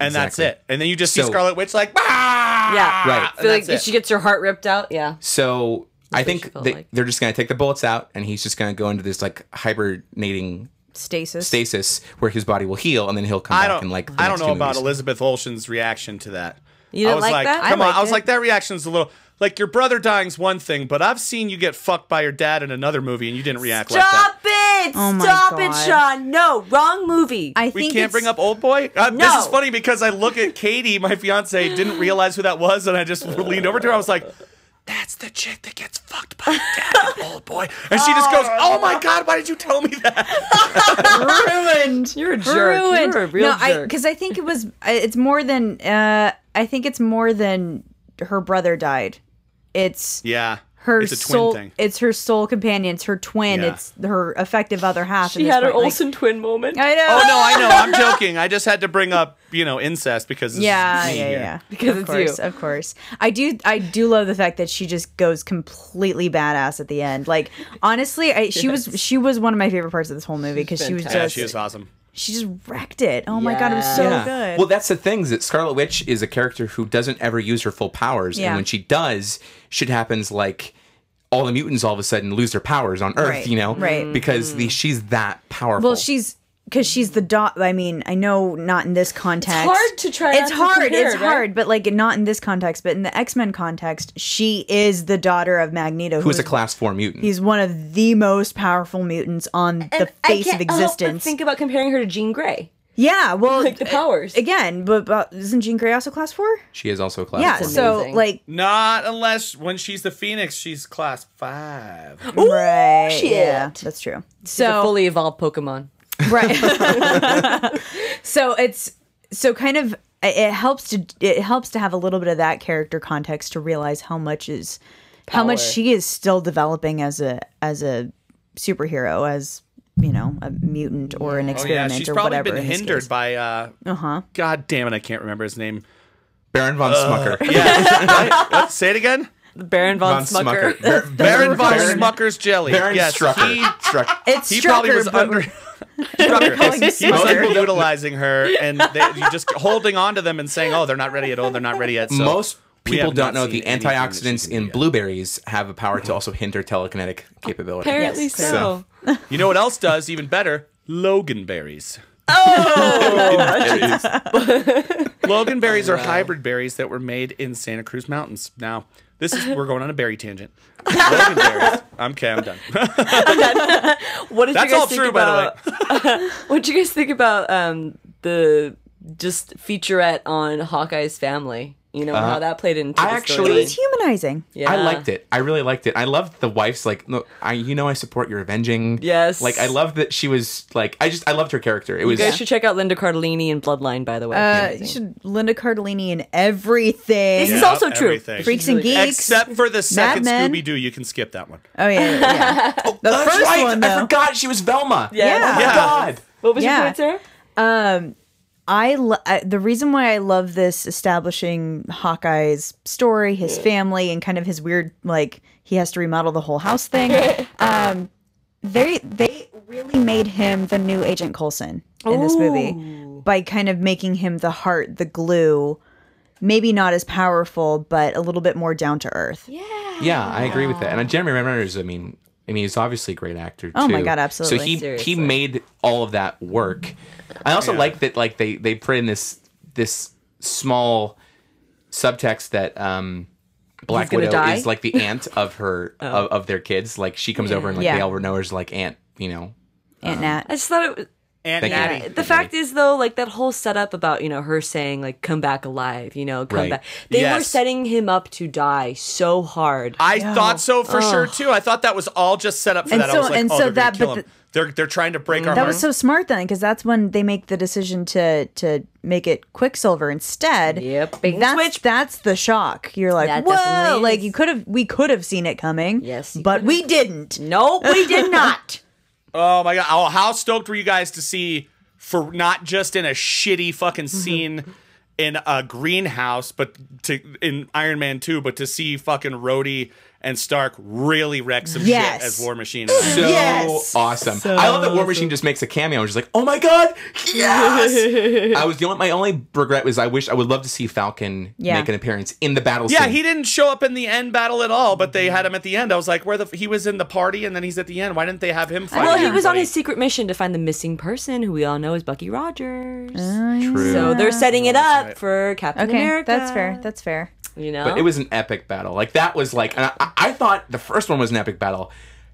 Speaker 4: and that's
Speaker 3: Exactly.
Speaker 4: it. And then you just see
Speaker 3: So-
Speaker 4: Scarlet Witch like, "Ah!"
Speaker 5: Yeah.
Speaker 3: Right.
Speaker 5: I feel
Speaker 4: And
Speaker 5: like
Speaker 4: that's it.
Speaker 5: she gets her heart ripped out. Yeah.
Speaker 3: So I
Speaker 5: what
Speaker 3: think
Speaker 5: she felt
Speaker 3: they,
Speaker 5: like.
Speaker 3: they're just gonna take the bullets out, and he's just gonna go into this like hibernating
Speaker 2: stasis.
Speaker 3: stasis where his body will heal, and then he'll come
Speaker 4: I
Speaker 3: back
Speaker 4: don't
Speaker 3: and like. the
Speaker 4: I don't
Speaker 3: next
Speaker 4: know
Speaker 3: two
Speaker 4: about
Speaker 3: movies.
Speaker 4: Elizabeth Olsen's reaction to that.
Speaker 5: You didn't
Speaker 4: I was
Speaker 5: like that? I
Speaker 4: Come on,
Speaker 2: liked
Speaker 4: I was
Speaker 2: it.
Speaker 4: like that reaction's a little like your brother dying's one thing, but I've seen you get fucked by your dad in another movie, and you didn't react like that.
Speaker 5: Stop it!
Speaker 2: Oh my
Speaker 5: Stop it,
Speaker 2: God.
Speaker 5: Sean! No, wrong movie.
Speaker 2: I
Speaker 4: We
Speaker 2: think
Speaker 4: can't
Speaker 2: it's-
Speaker 4: bring up old boy. Uh, This
Speaker 5: No.
Speaker 4: is funny because I look at Katie, my fiance, didn't realize who that was, and I just leaned over to her. I was like, "That's the chick that gets fucked by dad, in old boy," and she just goes, "Oh my god, why did you tell me that?"
Speaker 2: ruined.
Speaker 5: You're a jerk.
Speaker 2: Ruined.
Speaker 5: You're a real
Speaker 2: no,
Speaker 5: jerk.
Speaker 2: because I, think it was. I- It's more than. Uh, I think it's more than her brother died. It's
Speaker 4: Yeah,
Speaker 2: her
Speaker 4: it's a twin
Speaker 2: soul.
Speaker 4: thing.
Speaker 2: It's her soul companion. It's her twin.
Speaker 4: Yeah.
Speaker 2: It's her effective other half. at
Speaker 5: she
Speaker 2: this
Speaker 5: had her
Speaker 2: point, like-
Speaker 5: Olsen twin moment.
Speaker 2: I know.
Speaker 4: Oh no, I know. I'm joking. I just had to bring up, you know, incest because this is
Speaker 2: Yeah,
Speaker 4: me
Speaker 2: yeah,
Speaker 4: here.
Speaker 2: yeah.
Speaker 5: Because
Speaker 2: of
Speaker 5: it's
Speaker 2: course,
Speaker 5: you.
Speaker 2: of course. I do, I do love the fact that she just goes completely badass at the end. Like, honestly, I, she was she was one of my favorite parts of this whole movie because she was
Speaker 5: Fantastic.
Speaker 4: Yeah,
Speaker 2: just
Speaker 4: she was awesome.
Speaker 2: she just wrecked it. Oh my god, it was so
Speaker 5: Yeah.
Speaker 2: good.
Speaker 3: Well, that's the thing is that Scarlet Witch is a character who doesn't ever use her full powers,
Speaker 2: Yeah.
Speaker 3: and when she does, shit happens like all the mutants all of a sudden lose their powers on Earth,
Speaker 2: Right,
Speaker 3: you know,
Speaker 2: right.
Speaker 3: Because
Speaker 4: Mm-hmm.
Speaker 3: the, she's that powerful.
Speaker 2: Well, she's because she's the dot. I mean, I know not in this context.
Speaker 5: hard to try
Speaker 2: It's
Speaker 5: not to
Speaker 2: hard.
Speaker 5: compare,
Speaker 2: it's
Speaker 5: right?
Speaker 2: hard, but like not in this context. But in the X Men context, she is the daughter of Magneto,
Speaker 3: who's a class four mutant.
Speaker 2: He's one of the most powerful mutants on the face of existence.
Speaker 5: think about comparing her to Jean Grey.
Speaker 2: yeah, well,
Speaker 5: Like the powers.
Speaker 2: again. But, but isn't Jean Grey also class four?
Speaker 3: she is also a class.
Speaker 2: yeah.
Speaker 3: four
Speaker 2: So
Speaker 5: amazing.
Speaker 2: like,
Speaker 4: Not unless when she's the Phoenix, she's class five.
Speaker 2: right?
Speaker 5: shit.
Speaker 2: Yeah, that's true.
Speaker 5: She's a
Speaker 2: So
Speaker 5: fully evolved Pokemon.
Speaker 2: right so it's so kind of it helps to it helps to have a little bit of that character context to realize how much is how much
Speaker 5: Power.
Speaker 2: she is still developing as a as a superhero as you know a mutant or an
Speaker 4: Oh yeah,
Speaker 2: experiment
Speaker 4: she's
Speaker 2: or
Speaker 4: probably
Speaker 2: whatever
Speaker 4: been
Speaker 2: in this
Speaker 4: hindered
Speaker 2: case.
Speaker 4: by. uh
Speaker 2: uh-huh
Speaker 4: God damn it, I can't remember his name.
Speaker 3: Baron von Smucker.
Speaker 4: Uh, Yeah, right? What? say it again.
Speaker 5: The Baron von, Smucker.
Speaker 3: Bar-
Speaker 4: Baron von
Speaker 3: Baron-
Speaker 4: Smucker's jelly.
Speaker 3: Baron
Speaker 4: yes,
Speaker 3: Strucker.
Speaker 4: he,
Speaker 3: Struck-
Speaker 2: it's
Speaker 4: he
Speaker 2: Strucker,
Speaker 4: probably was
Speaker 2: but
Speaker 4: under.
Speaker 2: we're calling him
Speaker 4: He was
Speaker 2: Smucker.
Speaker 3: Most-
Speaker 4: underutilizing her, and they, you just holding on to them and saying, "Oh, they're not ready at all. They're not ready yet." So
Speaker 3: Most people
Speaker 4: have
Speaker 3: don't
Speaker 4: not
Speaker 3: know the
Speaker 4: seen anything
Speaker 3: antioxidants
Speaker 4: this season
Speaker 3: in
Speaker 4: yet.
Speaker 3: blueberries have a power to also hinder telekinetic capability.
Speaker 5: Apparently
Speaker 3: Yes.
Speaker 5: so.
Speaker 3: So-
Speaker 4: You know what else does even better? Logan berries. Oh, Logan berries are hybrid berries that were made in Santa Cruz Mountains. Now, this is we're going on a berry tangent. Logan berries. I'm okay. I'm done.
Speaker 5: What did
Speaker 4: That's
Speaker 5: you guys
Speaker 4: all
Speaker 5: think
Speaker 4: true,
Speaker 5: about,
Speaker 4: by the way.
Speaker 5: What did you guys think about um, the just featurette on Hawkeye's family? You know
Speaker 4: Uh-huh.
Speaker 5: how that played into.
Speaker 3: I
Speaker 5: the
Speaker 3: actually-
Speaker 2: It
Speaker 5: storyline?
Speaker 2: was humanizing.
Speaker 5: yeah.
Speaker 3: I liked it. I really liked it. I loved the wife's like, look, I you know I support your avenging.
Speaker 5: Yes.
Speaker 3: Like I loved that she was like I just I loved her character. It was
Speaker 5: You guys should check out Linda Cardellini in Bloodline, by the way.
Speaker 2: Uh, you should Linda Cardellini in everything.
Speaker 5: This is
Speaker 4: Yeah,
Speaker 5: also true.
Speaker 4: everything.
Speaker 2: Freaks and
Speaker 5: She's
Speaker 2: Geeks.
Speaker 4: Except for the second
Speaker 2: Men.
Speaker 4: Scooby Doo, you can skip that one.
Speaker 2: oh yeah, yeah, yeah. the
Speaker 3: Oh, That's
Speaker 2: first
Speaker 3: right.
Speaker 2: one
Speaker 3: I
Speaker 2: though.
Speaker 3: forgot she was Velma.
Speaker 5: Yeah.
Speaker 3: Oh my
Speaker 4: Yeah.
Speaker 3: God.
Speaker 5: What was
Speaker 2: Yeah.
Speaker 5: your point, Sarah?
Speaker 2: Um, I, lo- I the reason why I love this establishing Hawkeye's story, his family, and kind of his weird like he has to remodel the whole house thing. um, they they really made him the new Agent Coulson in this movie by kind of making him the heart, the glue. Maybe not as powerful, but a little bit more down to earth.
Speaker 3: Yeah, I agree with that. And Jeremy Renner's, I mean, I mean, he's obviously a great actor.
Speaker 2: Oh my
Speaker 3: too.
Speaker 2: God, absolutely.
Speaker 3: So he
Speaker 5: Seriously.
Speaker 3: he made all of that work. I also like that like they they put in this this small subtext that um Black
Speaker 5: He's gonna
Speaker 3: Widow
Speaker 5: die?
Speaker 3: is like the aunt of her of, of their kids. Like she comes over and like
Speaker 2: Oh. Yeah.
Speaker 3: they all know her's like aunt, you know.
Speaker 2: Aunt
Speaker 5: I
Speaker 2: Nat.
Speaker 5: just thought it was.
Speaker 4: And
Speaker 3: Thank you.
Speaker 4: Natty.
Speaker 3: Yeah.
Speaker 5: The fact is, though, like that whole setup about you know her saying like "come back alive," you know, come
Speaker 3: Right.
Speaker 5: back. They were
Speaker 4: Yes.
Speaker 5: setting him up to die so hard.
Speaker 4: I thought so for sure too. I thought that was all just set up for
Speaker 2: And
Speaker 4: that. I
Speaker 2: so-
Speaker 4: was like,
Speaker 2: and
Speaker 4: oh,
Speaker 2: so
Speaker 4: they're
Speaker 2: that-
Speaker 4: gonna kill
Speaker 2: but
Speaker 4: him.
Speaker 2: the- Mm.
Speaker 4: They're they're trying to break our
Speaker 2: That
Speaker 4: hearts.
Speaker 5: Uh-huh.
Speaker 2: was so smart then, because that's when they make the decision to to make it Quicksilver instead.
Speaker 5: Yep. Bait and
Speaker 2: that's
Speaker 5: switch.
Speaker 2: that's the shock. You're like,
Speaker 5: That
Speaker 2: whoa!
Speaker 5: definitely
Speaker 2: Like
Speaker 5: is.
Speaker 2: you could have, we could have seen it coming.
Speaker 5: Yes, you
Speaker 2: but we didn't.
Speaker 5: no, we did not.
Speaker 4: Oh my god! Oh, how stoked were you guys to see for not just in a shitty fucking
Speaker 5: Mm-hmm.
Speaker 4: scene in a greenhouse, but to in Iron Man two, but to see fucking Rhodey and Stark really wreck some
Speaker 2: Yes.
Speaker 4: shit as War Machine.
Speaker 3: So
Speaker 2: Yes.
Speaker 3: awesome. I love that War Machine just makes a cameo and she's like, oh my God, yes. I was the only, my only regret was I wish I would love to see Falcon
Speaker 2: Yeah.
Speaker 3: make an appearance in the battle
Speaker 4: yeah,
Speaker 3: scene.
Speaker 4: he didn't show up in the end battle at all, but they had him at the end. I was like, where the f- he was in the party and then he's at the end. Why didn't they have him fight?
Speaker 5: Well, he was on
Speaker 4: everybody?
Speaker 5: his secret mission to find the missing person, who we all know is Bucky Rogers.
Speaker 3: True.
Speaker 5: So they're setting it up for Captain
Speaker 2: Ah. Okay,
Speaker 5: America.
Speaker 2: that's fair. That's fair.
Speaker 5: You know,
Speaker 3: But it was an epic battle. Like that was like, and I, I thought the first one was an epic battle,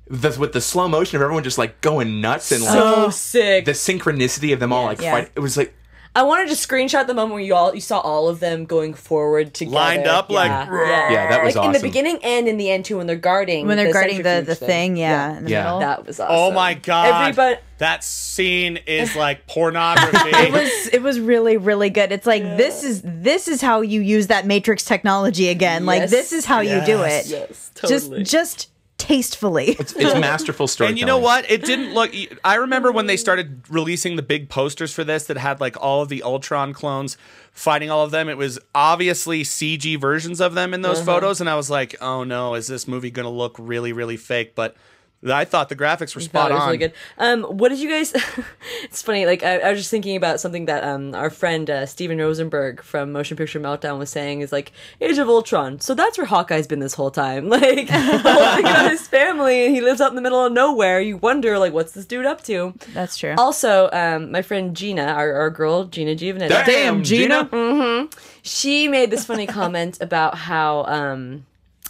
Speaker 3: the, with the slow motion of everyone just like going nuts and like
Speaker 5: so sick.
Speaker 3: the synchronicity of them all like
Speaker 2: Yeah.
Speaker 3: fight. It was like
Speaker 5: I wanted to screenshot the moment where you all you saw all of them going forward together,
Speaker 4: Lined up,
Speaker 5: Yeah,
Speaker 4: like,
Speaker 5: yeah,
Speaker 3: Yeah, that was
Speaker 5: like in the
Speaker 3: awesome.
Speaker 5: beginning and in the end too, when they're guarding
Speaker 2: When they're guarding the
Speaker 5: centrifuge
Speaker 2: the thing, yeah, in the
Speaker 3: Yeah.
Speaker 2: middle.
Speaker 5: That was awesome.
Speaker 4: Oh my god!
Speaker 5: Everybody,
Speaker 4: that scene is like pornography.
Speaker 2: it was really really good. It's like this is this is how you use that Matrix technology again. Like
Speaker 5: Yes.
Speaker 2: this is how you do it.
Speaker 4: Yes.
Speaker 5: yes, totally.
Speaker 2: Just just tastefully.
Speaker 3: it's, it's masterful storytelling.
Speaker 4: And you know what? It didn't look. I remember when they started releasing the big posters for this that had like all of the Ultron clones fighting all of them. It was obviously CG versions of them in those
Speaker 5: Uh-huh.
Speaker 4: photos, and I was like, "Oh no, is this movie going to look really, really fake?" But I thought the graphics were
Speaker 5: No,
Speaker 4: spot
Speaker 5: it was
Speaker 4: on.
Speaker 5: really good. Um, what did you guys? it's funny. Like I, I was just thinking about something that um our friend uh, Steven Rosenberg from Motion Picture Meltdown was saying is like Age of Ultron. So that's where Hawkeye's been this whole time. Like the whole thing about his family and he lives out in the middle of nowhere. You wonder like what's this dude up to?
Speaker 2: That's true.
Speaker 5: Also, um, my friend Gina, our, our girl Gina Giovanetti
Speaker 2: Damn, Gina.
Speaker 5: she made this funny comment about how um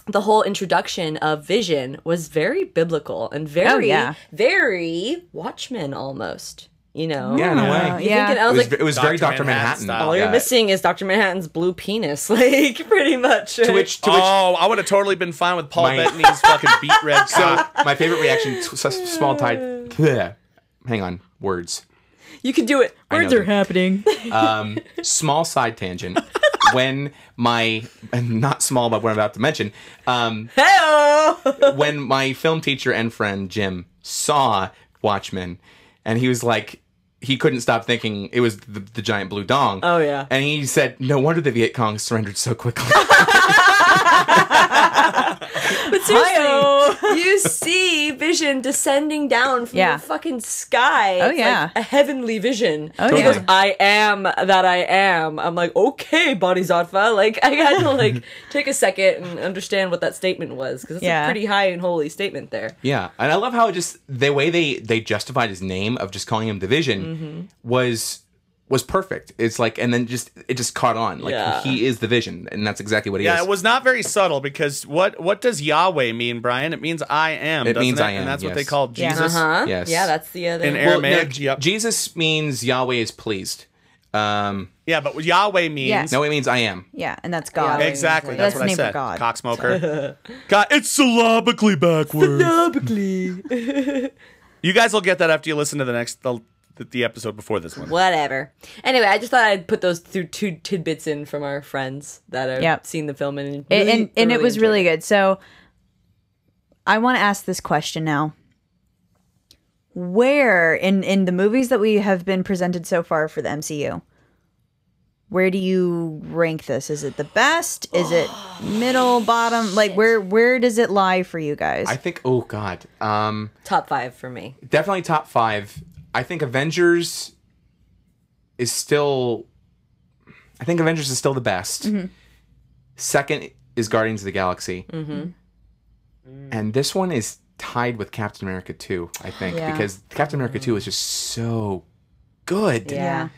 Speaker 5: the whole introduction of Vision was very biblical and very,
Speaker 2: Oh, yeah.
Speaker 5: very Watchmen almost. You know,
Speaker 3: Yeah, in a way.
Speaker 5: You
Speaker 2: Yeah.
Speaker 5: think it- I
Speaker 3: It
Speaker 5: was,
Speaker 3: was,
Speaker 5: like,
Speaker 3: it was very
Speaker 4: Dr.
Speaker 3: Dr. Manhattan.
Speaker 4: Manhattan style.
Speaker 5: all you're
Speaker 3: Yeah.
Speaker 5: missing is Dr. Manhattan's blue penis, like pretty much.
Speaker 3: To which, to which
Speaker 4: Oh, I would have totally been fine with Paul
Speaker 3: My-
Speaker 4: Bettany's fucking beat red.
Speaker 3: So
Speaker 4: cock.
Speaker 3: my favorite reaction, t- s- small tide. bleh. Hang on, words.
Speaker 5: you can do it.
Speaker 3: I know that.
Speaker 2: happening.
Speaker 3: Um, small side tangent. when my not small, but what I'm about to mention. Um,
Speaker 5: Heyo!
Speaker 3: when my film teacher and friend Jim saw Watchmen, and he was like, he couldn't stop thinking it was the, the giant blue dong.
Speaker 5: Oh, yeah.
Speaker 3: And he said, "No wonder the Viet Cong surrendered so quickly."
Speaker 5: But seriously, you see Vision descending down from
Speaker 2: Yeah.
Speaker 5: the fucking sky.
Speaker 2: Oh,
Speaker 5: It's
Speaker 2: yeah.
Speaker 5: like a heavenly vision. Oh
Speaker 2: yeah.
Speaker 5: He goes, "I am that I am." I'm like, okay, Bodhisattva. Like I had to like take a second and understand what that statement was because it's
Speaker 2: Yeah.
Speaker 5: a pretty high and holy statement there.
Speaker 3: Yeah, and I love how it just the way they they justified his name of just calling him Division
Speaker 5: Mm-hmm.
Speaker 3: was was perfect. It's like and then just it just caught on. Like
Speaker 5: Yeah.
Speaker 3: he is the Vision, and that's exactly what he
Speaker 4: Yeah,
Speaker 3: is.
Speaker 4: it was not very subtle because what what does Yahweh mean, Brian? It means I am.
Speaker 3: It
Speaker 4: doesn't
Speaker 3: means I am,
Speaker 4: and that's what
Speaker 3: yes.
Speaker 4: they call
Speaker 2: Yeah.
Speaker 4: Jesus.
Speaker 5: Huh?
Speaker 3: Yes.
Speaker 5: Yeah, Uh-huh. that's the other.
Speaker 4: In
Speaker 3: Well, no,
Speaker 4: Aramaic,
Speaker 3: J-
Speaker 4: yep.
Speaker 3: Jesus means Yahweh is pleased. Um,
Speaker 4: Yeah, but what Yahweh means
Speaker 2: Yes.
Speaker 3: no, it means I am.
Speaker 2: Yeah, and that's God.
Speaker 5: Yeah.
Speaker 4: exactly.
Speaker 5: That's
Speaker 2: the
Speaker 4: That's, what I
Speaker 2: name of
Speaker 4: said.
Speaker 2: God.
Speaker 4: Cocksmoker. God, it's syllabically backwards. you guys will get that after you listen to the next the, the episode before this one.
Speaker 5: Whatever. Anyway, I just thought I'd put those two, two tidbits in from our friends that have
Speaker 2: Yep.
Speaker 5: seen the film and
Speaker 2: and
Speaker 5: really
Speaker 2: and, and it
Speaker 5: thoroughly
Speaker 2: was
Speaker 5: enjoyed
Speaker 2: really good. So I want to ask this question now. Where in in the movies that we have been presented so far for the MCU, where do you rank this? Is it the best? Is it middle, bottom? Like where where does it lie for you guys?
Speaker 3: I think. Oh God. Um,
Speaker 5: top five for me.
Speaker 3: definitely top five. I think Avengers is still. I think Avengers is still the best.
Speaker 5: Mm-hmm.
Speaker 3: Second is Guardians of the Galaxy,
Speaker 5: Mm-hmm.
Speaker 3: and this one is tied with Captain America Two. I think
Speaker 2: Yeah.
Speaker 3: because Captain America Two is just so good.
Speaker 2: yeah.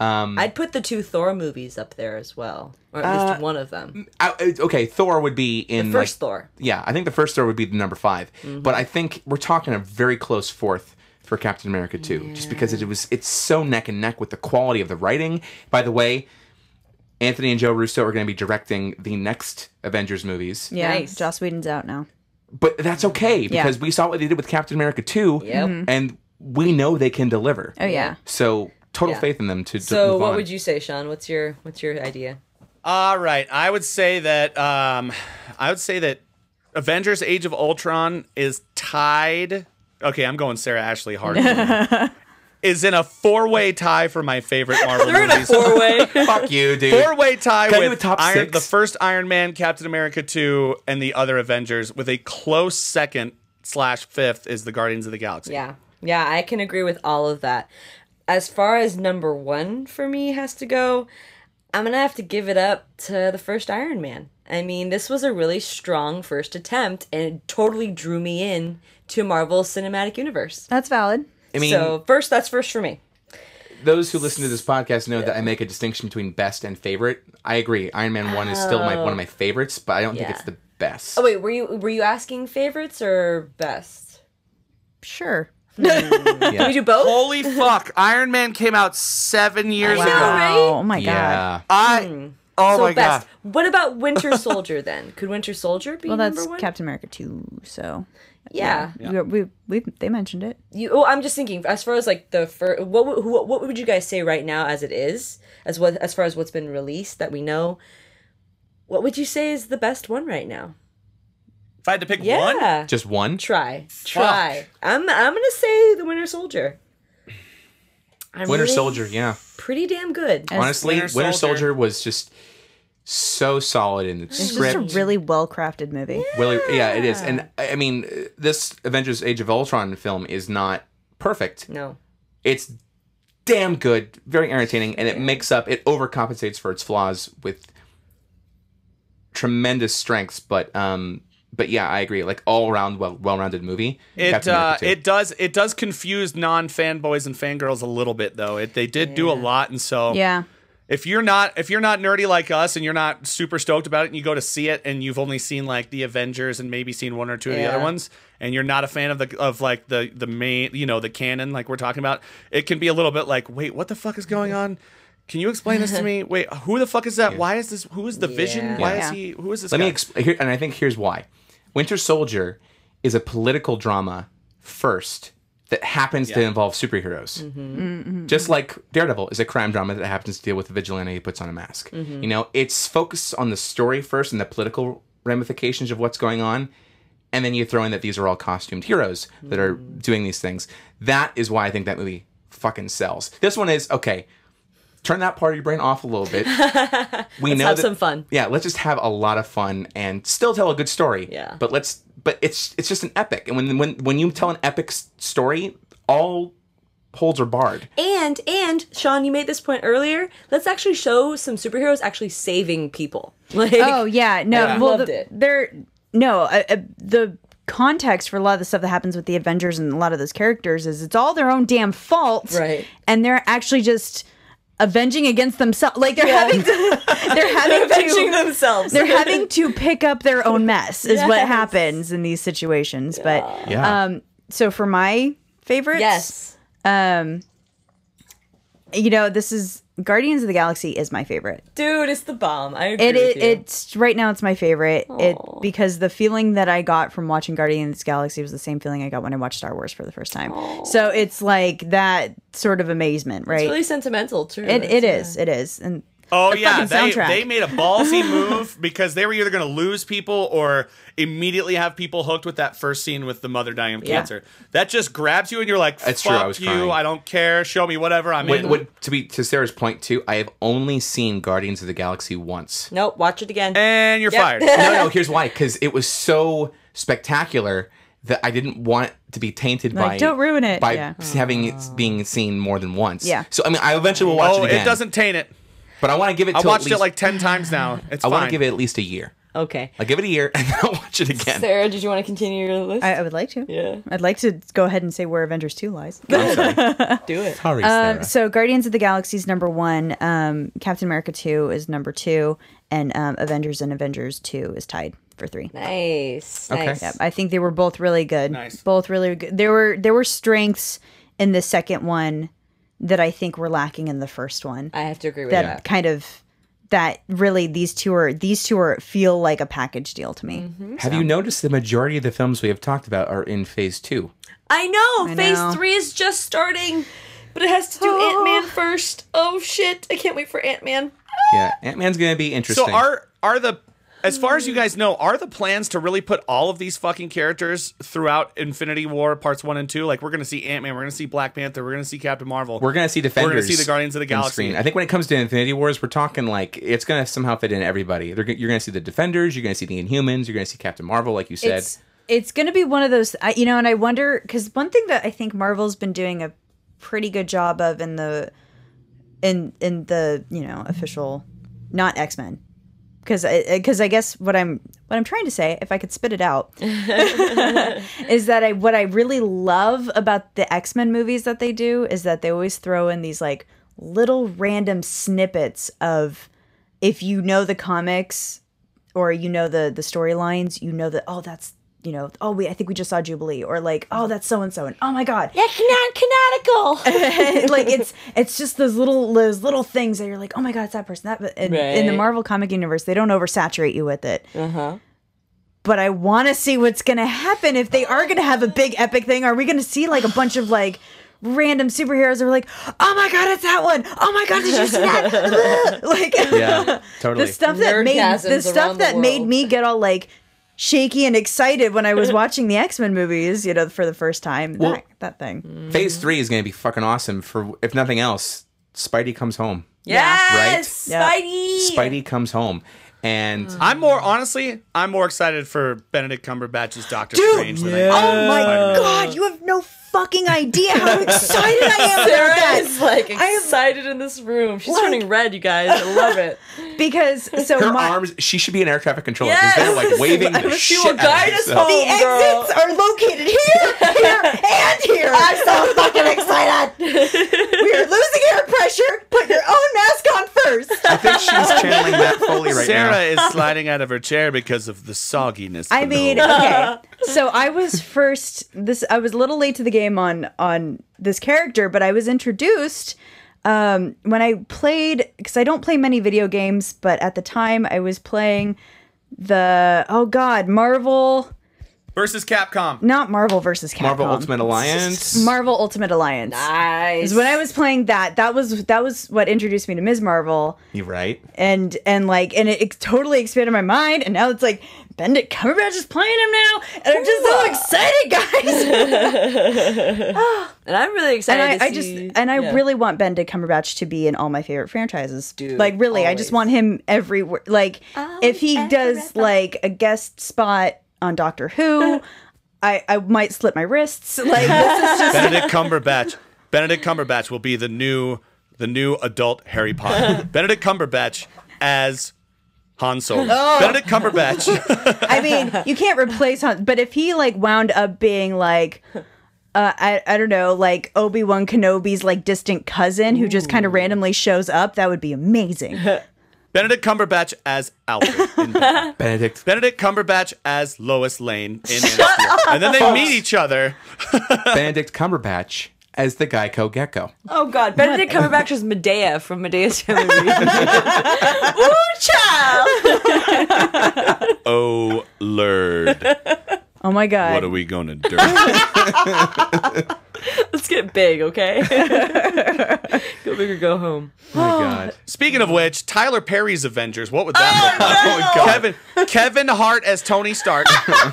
Speaker 3: Um,
Speaker 5: I'd put the two Thor movies up there as well, or at
Speaker 2: Uh,
Speaker 5: least one of them.
Speaker 3: I- I- okay, Thor would be in like,
Speaker 5: First Thor.
Speaker 3: Yeah, I think the first Thor would be the number 5
Speaker 2: Mm-hmm.
Speaker 3: but I think we're talking a very close fourth for Captain America too, just because it was it's so neck and neck with the quality of the writing. By the way, Anthony and Joe Russo are going to be directing the next Avengers movies,
Speaker 2: Yeah,
Speaker 5: Nice.
Speaker 2: Joss Whedon's out now.
Speaker 3: but that's okay because we saw what they did with Captain America two,
Speaker 5: Yep. Mhm.
Speaker 3: and we know they can deliver.
Speaker 2: Oh yeah.
Speaker 3: So total
Speaker 5: Yeah.
Speaker 3: faith in them to. to
Speaker 5: So,
Speaker 3: move
Speaker 5: what
Speaker 3: on.
Speaker 5: would you say, Sean? What's your what's your idea?
Speaker 4: All right, I would say that um, I would say that Avengers: Age of Ultron is tied. Okay, I'm going Sarah Ashley hard. is in a four-way tie for my favorite Marvel movies.
Speaker 5: Four way.
Speaker 3: Fuck you, dude.
Speaker 4: Four way tie
Speaker 3: Can I do a
Speaker 4: with
Speaker 3: top
Speaker 4: Iron,
Speaker 3: six?
Speaker 4: the first Iron Man, Captain America 2, and the other Avengers, with a close second slash fifth is the Guardians of the Galaxy.
Speaker 5: yeah, yeah, I can agree with all of that. As far as number one for me has to go, I'm gonna have to give it up to the first Iron Man. I mean, this was a really strong first attempt, and it totally drew me in to Marvel's cinematic universe.
Speaker 2: That's valid.
Speaker 3: I mean,
Speaker 5: so first, that's first for me.
Speaker 3: those who listen to this podcast know that I make a distinction between best and favorite. I agree. Iron Man One is still my one of my favorites, but I don't think
Speaker 5: Yeah.
Speaker 3: it's the best.
Speaker 5: Oh wait, were you were you asking favorites or best?
Speaker 2: Sure.
Speaker 5: Can we do both?
Speaker 3: Oh
Speaker 4: Holy fuck, Iron Man came out seven years ago.
Speaker 5: right?
Speaker 2: Oh my god.
Speaker 3: yeah,
Speaker 4: I. Oh
Speaker 5: Hmm. so
Speaker 4: my
Speaker 5: best.
Speaker 4: god.
Speaker 5: What about Winter Soldier then? Could Winter Soldier be
Speaker 2: Well, that's
Speaker 5: number one?
Speaker 2: Captain America 2, so
Speaker 5: yeah.
Speaker 2: We, we, we they mentioned it.
Speaker 5: You. Oh, I'm just thinking. As far as like the first, what would- who- what would you guys say right now as it is, as what as far as what's been released that we know. What would you say is the best one right now?
Speaker 4: If I had to pick one,
Speaker 5: Yeah.
Speaker 3: just one.
Speaker 5: Try. Try. I'm I'm gonna say the Winter Soldier. I'm
Speaker 3: Winter
Speaker 5: really
Speaker 3: Soldier, yeah.
Speaker 5: Pretty damn good.
Speaker 3: Honestly, Winter
Speaker 4: Winter
Speaker 3: Soldier.
Speaker 4: Soldier
Speaker 3: was just so solid in its
Speaker 2: It's
Speaker 3: script.
Speaker 2: just a really well crafted movie.
Speaker 3: Willy- yeah, it is. And I I mean, uh, this Avengers: Age of Ultron film is not perfect.
Speaker 5: No.
Speaker 3: It's damn good, very entertaining, and it makes up. It overcompensates for its flaws with tremendous strengths, but um, but yeah, I agree. Like all around, well well-rounded movie.
Speaker 4: it
Speaker 3: Captain
Speaker 4: uh,
Speaker 3: America too.
Speaker 4: it does it does confuse non fanboys and fangirls a little bit though. It, they did do a lot, and so
Speaker 2: Yeah.
Speaker 4: if you're not if you're not nerdy like us and you're not super stoked about it and you go to see it and you've only seen like the Avengers and maybe seen one or two of the
Speaker 5: Yeah.
Speaker 4: other ones and you're not a fan of the of like the the main you know the canon like we're talking about it can be a little bit like wait what the fuck is going on can you explain this to me wait who the fuck is that why is this who is the
Speaker 5: Yeah.
Speaker 4: Vision why
Speaker 2: Yeah.
Speaker 4: is he who is this
Speaker 3: Let me
Speaker 4: guy?
Speaker 3: exp- here, and I think here's why. Winter Soldier is a political drama first that happens to involve superheroes.
Speaker 5: Mm-hmm.
Speaker 3: Just like Daredevil is a crime drama that happens to deal with a vigilante who puts on a mask.
Speaker 5: Mm-hmm.
Speaker 3: You know, it's focused on the story first and the political ramifications of what's going on. And then you throw in that these are all costumed heroes that are
Speaker 5: Mm-hmm.
Speaker 3: doing these things. That is why I think that movie fucking sells. This one is okay. turn that part of your brain off a little bit. We know
Speaker 5: have
Speaker 3: that-
Speaker 5: some fun.
Speaker 3: Yeah, let's just have a lot of fun and still tell a good story.
Speaker 5: Yeah.
Speaker 3: But let's but it's it's just an epic. And when when when you tell an epic s- story, all holds are barred.
Speaker 5: And and Sean, you made this point earlier. Let's actually show some superheroes actually saving people. Like
Speaker 2: Oh yeah, no.
Speaker 5: Yeah.
Speaker 2: Well,
Speaker 5: Loved
Speaker 2: the,
Speaker 5: it.
Speaker 2: there. No, uh, uh, the context for a lot of the stuff that happens with the Avengers and a lot of those characters is it's all their own damn fault,
Speaker 5: Right.
Speaker 2: And they're actually just avenging against themselves. Like they're having to. They're having
Speaker 5: avenging
Speaker 2: to.
Speaker 5: themselves.
Speaker 2: They're having to pick up their own mess. Is what
Speaker 5: Yes.
Speaker 2: happens in these situations. But
Speaker 3: Yeah.
Speaker 2: um, so for my favorites,
Speaker 5: yes.
Speaker 2: you know, this is Guardians of the Galaxy is my favorite.
Speaker 5: Dude, it's the bomb. I agree
Speaker 2: It, it
Speaker 5: with you.
Speaker 2: it's right now it's my favorite. It because the feeling that I got from watching Guardians of the Galaxy was the same feeling I got when I watched Star Wars for the first time. So it's like that sort of amazement, right?
Speaker 5: It's really sentimental too.
Speaker 2: it it
Speaker 5: It's-
Speaker 2: is. It is. And
Speaker 4: Oh
Speaker 2: The
Speaker 4: yeah,
Speaker 2: fucking
Speaker 4: they,
Speaker 2: soundtrack.
Speaker 4: they made a ballsy move because they were either going to lose people or immediately have people hooked with that first scene with the mother dying of
Speaker 5: Yeah.
Speaker 4: cancer. That just grabs you and you're like,
Speaker 3: That's true, I
Speaker 4: "Fuck
Speaker 3: was
Speaker 4: you!
Speaker 3: crying.
Speaker 4: I don't care. Show me whatever I'm
Speaker 3: What,
Speaker 4: in."
Speaker 3: what to be to Sarah's point too, I have only seen Guardians of the Galaxy once.
Speaker 5: Nope, watch it again.
Speaker 4: and you're
Speaker 5: Yep.
Speaker 4: fired.
Speaker 3: no, no. Here's why: because it was so spectacular that I didn't want to be tainted
Speaker 2: Like,
Speaker 3: by
Speaker 2: don't ruin it.
Speaker 3: by
Speaker 2: Yeah.
Speaker 3: having it being seen more than once.
Speaker 2: Yeah.
Speaker 3: So I mean, I eventually will watch
Speaker 4: oh,
Speaker 3: it again.
Speaker 4: it doesn't taint it.
Speaker 3: But I want to give it.
Speaker 4: I
Speaker 3: till
Speaker 4: watched
Speaker 3: at least,
Speaker 4: it like ten times now. It's
Speaker 3: I
Speaker 4: fine.
Speaker 3: want to give it at least a year.
Speaker 5: Okay.
Speaker 3: I'll give it a year and then I'll watch it again.
Speaker 5: Sarah, did you want to continue your list?
Speaker 2: I, I would like to.
Speaker 5: Yeah.
Speaker 2: I'd like to go ahead and say where Avengers 2 lies.
Speaker 5: Do it.
Speaker 3: Sorry, Sarah.
Speaker 2: Um, so Guardians of the Galaxy's number one. Um, Captain America 2 is number two. And um, Avengers and Avengers 2 is tied for three.
Speaker 5: Nice.
Speaker 3: Okay.
Speaker 5: Nice.
Speaker 3: Yep.
Speaker 2: I think they were both really good.
Speaker 4: Nice.
Speaker 2: Both really good. There were there were strengths in the second one that I think were lacking in the first one.
Speaker 5: I have to agree with
Speaker 2: that
Speaker 5: that.
Speaker 2: kind of that really these two are these two are feel like a package deal to me.
Speaker 3: have you noticed the majority of the films we have talked about are in phase two?
Speaker 5: I know.
Speaker 2: I
Speaker 5: phase
Speaker 2: know.
Speaker 5: three is just starting, but it has to do Ant Man first. Oh shit! I can't wait for Ant Man.
Speaker 3: Yeah, Ant Man's gonna be interesting.
Speaker 4: So are are the as far as you guys know, are the plans to really put all of these fucking characters throughout Infinity War parts one and two? Like we're gonna see Ant Man, we're gonna see Black Panther, we're gonna see Captain Marvel.
Speaker 3: we're gonna see Defenders.
Speaker 4: see the Guardians of the
Speaker 3: on
Speaker 4: Galaxy.
Speaker 3: screen. I think when it comes to Infinity Wars, we're talking like it's gonna somehow fit in everybody. They're, go- you're gonna see the Defenders. You're gonna see the Inhumans. You're gonna see Captain Marvel, like you said.
Speaker 2: It's it's going to be one of those I, you know and I wonder cuz one thing that I think Marvel's been doing a pretty good job of in the in in the, you know, official not X-Men because because I, guess what I'm what I'm trying to say, if I could spit it out, is that I what I really love about the X Men movies that they do is that they always throw in these like little random snippets of if you know the comics or you know the the storylines, you know that oh that's you know oh we I think we just saw Jubilee or like oh that's so and so and oh my god
Speaker 5: That's not canonical.
Speaker 2: and, like it's it's just those little those little things that you're like, oh my god, it's that person. That in, in the
Speaker 5: Right.
Speaker 2: Marvel comic universe, they don't oversaturate you with it. Uh huh. But I want to see what's gonna happen if they are gonna have a big epic thing. Are we gonna see like a bunch of like random superheroes that are like, oh my god, it's that one. Oh my god, did you see that? like
Speaker 3: yeah, totally.
Speaker 2: the stuff that made the
Speaker 5: Nerdgasms
Speaker 2: stuff
Speaker 5: around the
Speaker 2: that made
Speaker 5: world.
Speaker 2: me get all like shaky and excited when I was watching the X Men movies, you know, for the first time.
Speaker 3: Well- Mm.
Speaker 2: that, that thing.
Speaker 3: Phase three is gonna be fucking awesome. For if nothing else, Spidey comes home.
Speaker 5: Yes,
Speaker 2: Right?
Speaker 5: Spidey.
Speaker 3: Spidey comes home,
Speaker 2: Mm.
Speaker 3: and
Speaker 4: I'm more honestly, I'm more excited for Benedict Cumberbatch's Doctor Strange than I am.
Speaker 2: Oh my god, you have no fucking idea how excited I am
Speaker 5: Sarah
Speaker 2: about
Speaker 5: is
Speaker 2: that.
Speaker 5: like
Speaker 2: I am-
Speaker 5: excited in this room. She's
Speaker 2: Like-
Speaker 5: turning red, you guys. I love it.
Speaker 2: Because so
Speaker 3: her
Speaker 2: my
Speaker 3: arms. She should be an air traffic controller because they're like
Speaker 5: Yes!
Speaker 3: waving the
Speaker 5: She
Speaker 3: shit
Speaker 5: will
Speaker 3: out of
Speaker 5: guide us
Speaker 3: herself.
Speaker 5: home.
Speaker 2: the
Speaker 5: girl.
Speaker 2: exits are located here, here, and here. I'm so fucking excited. We are losing air pressure. Put your own mask on first.
Speaker 3: I think she's channeling that Foley right
Speaker 4: Sarah
Speaker 3: now.
Speaker 4: is sliding out of her chair because of the sogginess.
Speaker 2: I
Speaker 4: below.
Speaker 2: mean, uh, okay. So I was first this I was a little late to the game on on this character, but I was introduced um when I played cuz I don't play many video games, but at the time I was playing the oh god, Marvel,
Speaker 4: versus Capcom.
Speaker 2: not Marvel versus Capcom.
Speaker 3: Marvel Ultimate Alliance.
Speaker 2: Marvel Ultimate Alliance.
Speaker 5: Nice.
Speaker 2: When I was playing that, that was that was what introduced me to Ms. Marvel
Speaker 3: you right.
Speaker 2: and and like and it, ex- totally expanded my mind and now it's like Benedict Cumberbatch is playing him now, and I'm just so excited, guys.
Speaker 5: And I'm really
Speaker 2: and
Speaker 5: excited.
Speaker 2: I,
Speaker 5: to
Speaker 2: I just
Speaker 5: see-
Speaker 2: and I
Speaker 5: yeah.
Speaker 2: really want Benedict Cumberbatch to be in all my favorite franchises.
Speaker 5: Dude,
Speaker 2: like really, I just
Speaker 5: always.
Speaker 2: want him everywhere. Like if he does
Speaker 5: everywhere.
Speaker 2: like a guest spot on Doctor Who, I I might slip my wrists. Like this is just
Speaker 4: Benedict Cumberbatch. Benedict Cumberbatch will be the new the new adult Harry Potter. Benedict Cumberbatch as Han Solo.
Speaker 2: Oh.
Speaker 4: Benedict Cumberbatch.
Speaker 2: I mean, you can't replace Han, but if he like wound up being like, uh, I I don't know, like Obi Wan Kenobi's like distant cousin who just kind of randomly shows up, that would be amazing.
Speaker 4: Benedict Cumberbatch as Alfred. in Batman.
Speaker 3: Benedict.
Speaker 4: Benedict Cumberbatch as Lois Lane in Man of Steel. And then they meet each other.
Speaker 3: Benedict Cumberbatch as the Geico Gecko.
Speaker 5: Oh God, Benedict Cumberbatch is Medea from Medea's Family Reunion. Ooh, child!
Speaker 4: Oh lord.
Speaker 2: Oh my god!
Speaker 4: What are we gonna do?
Speaker 5: Let's get big, okay? go big or go home.
Speaker 3: Oh my god.
Speaker 4: Speaking of which, Tyler Perry's Avengers. What would that be? Kevin Kevin Hart as Tony Stark. all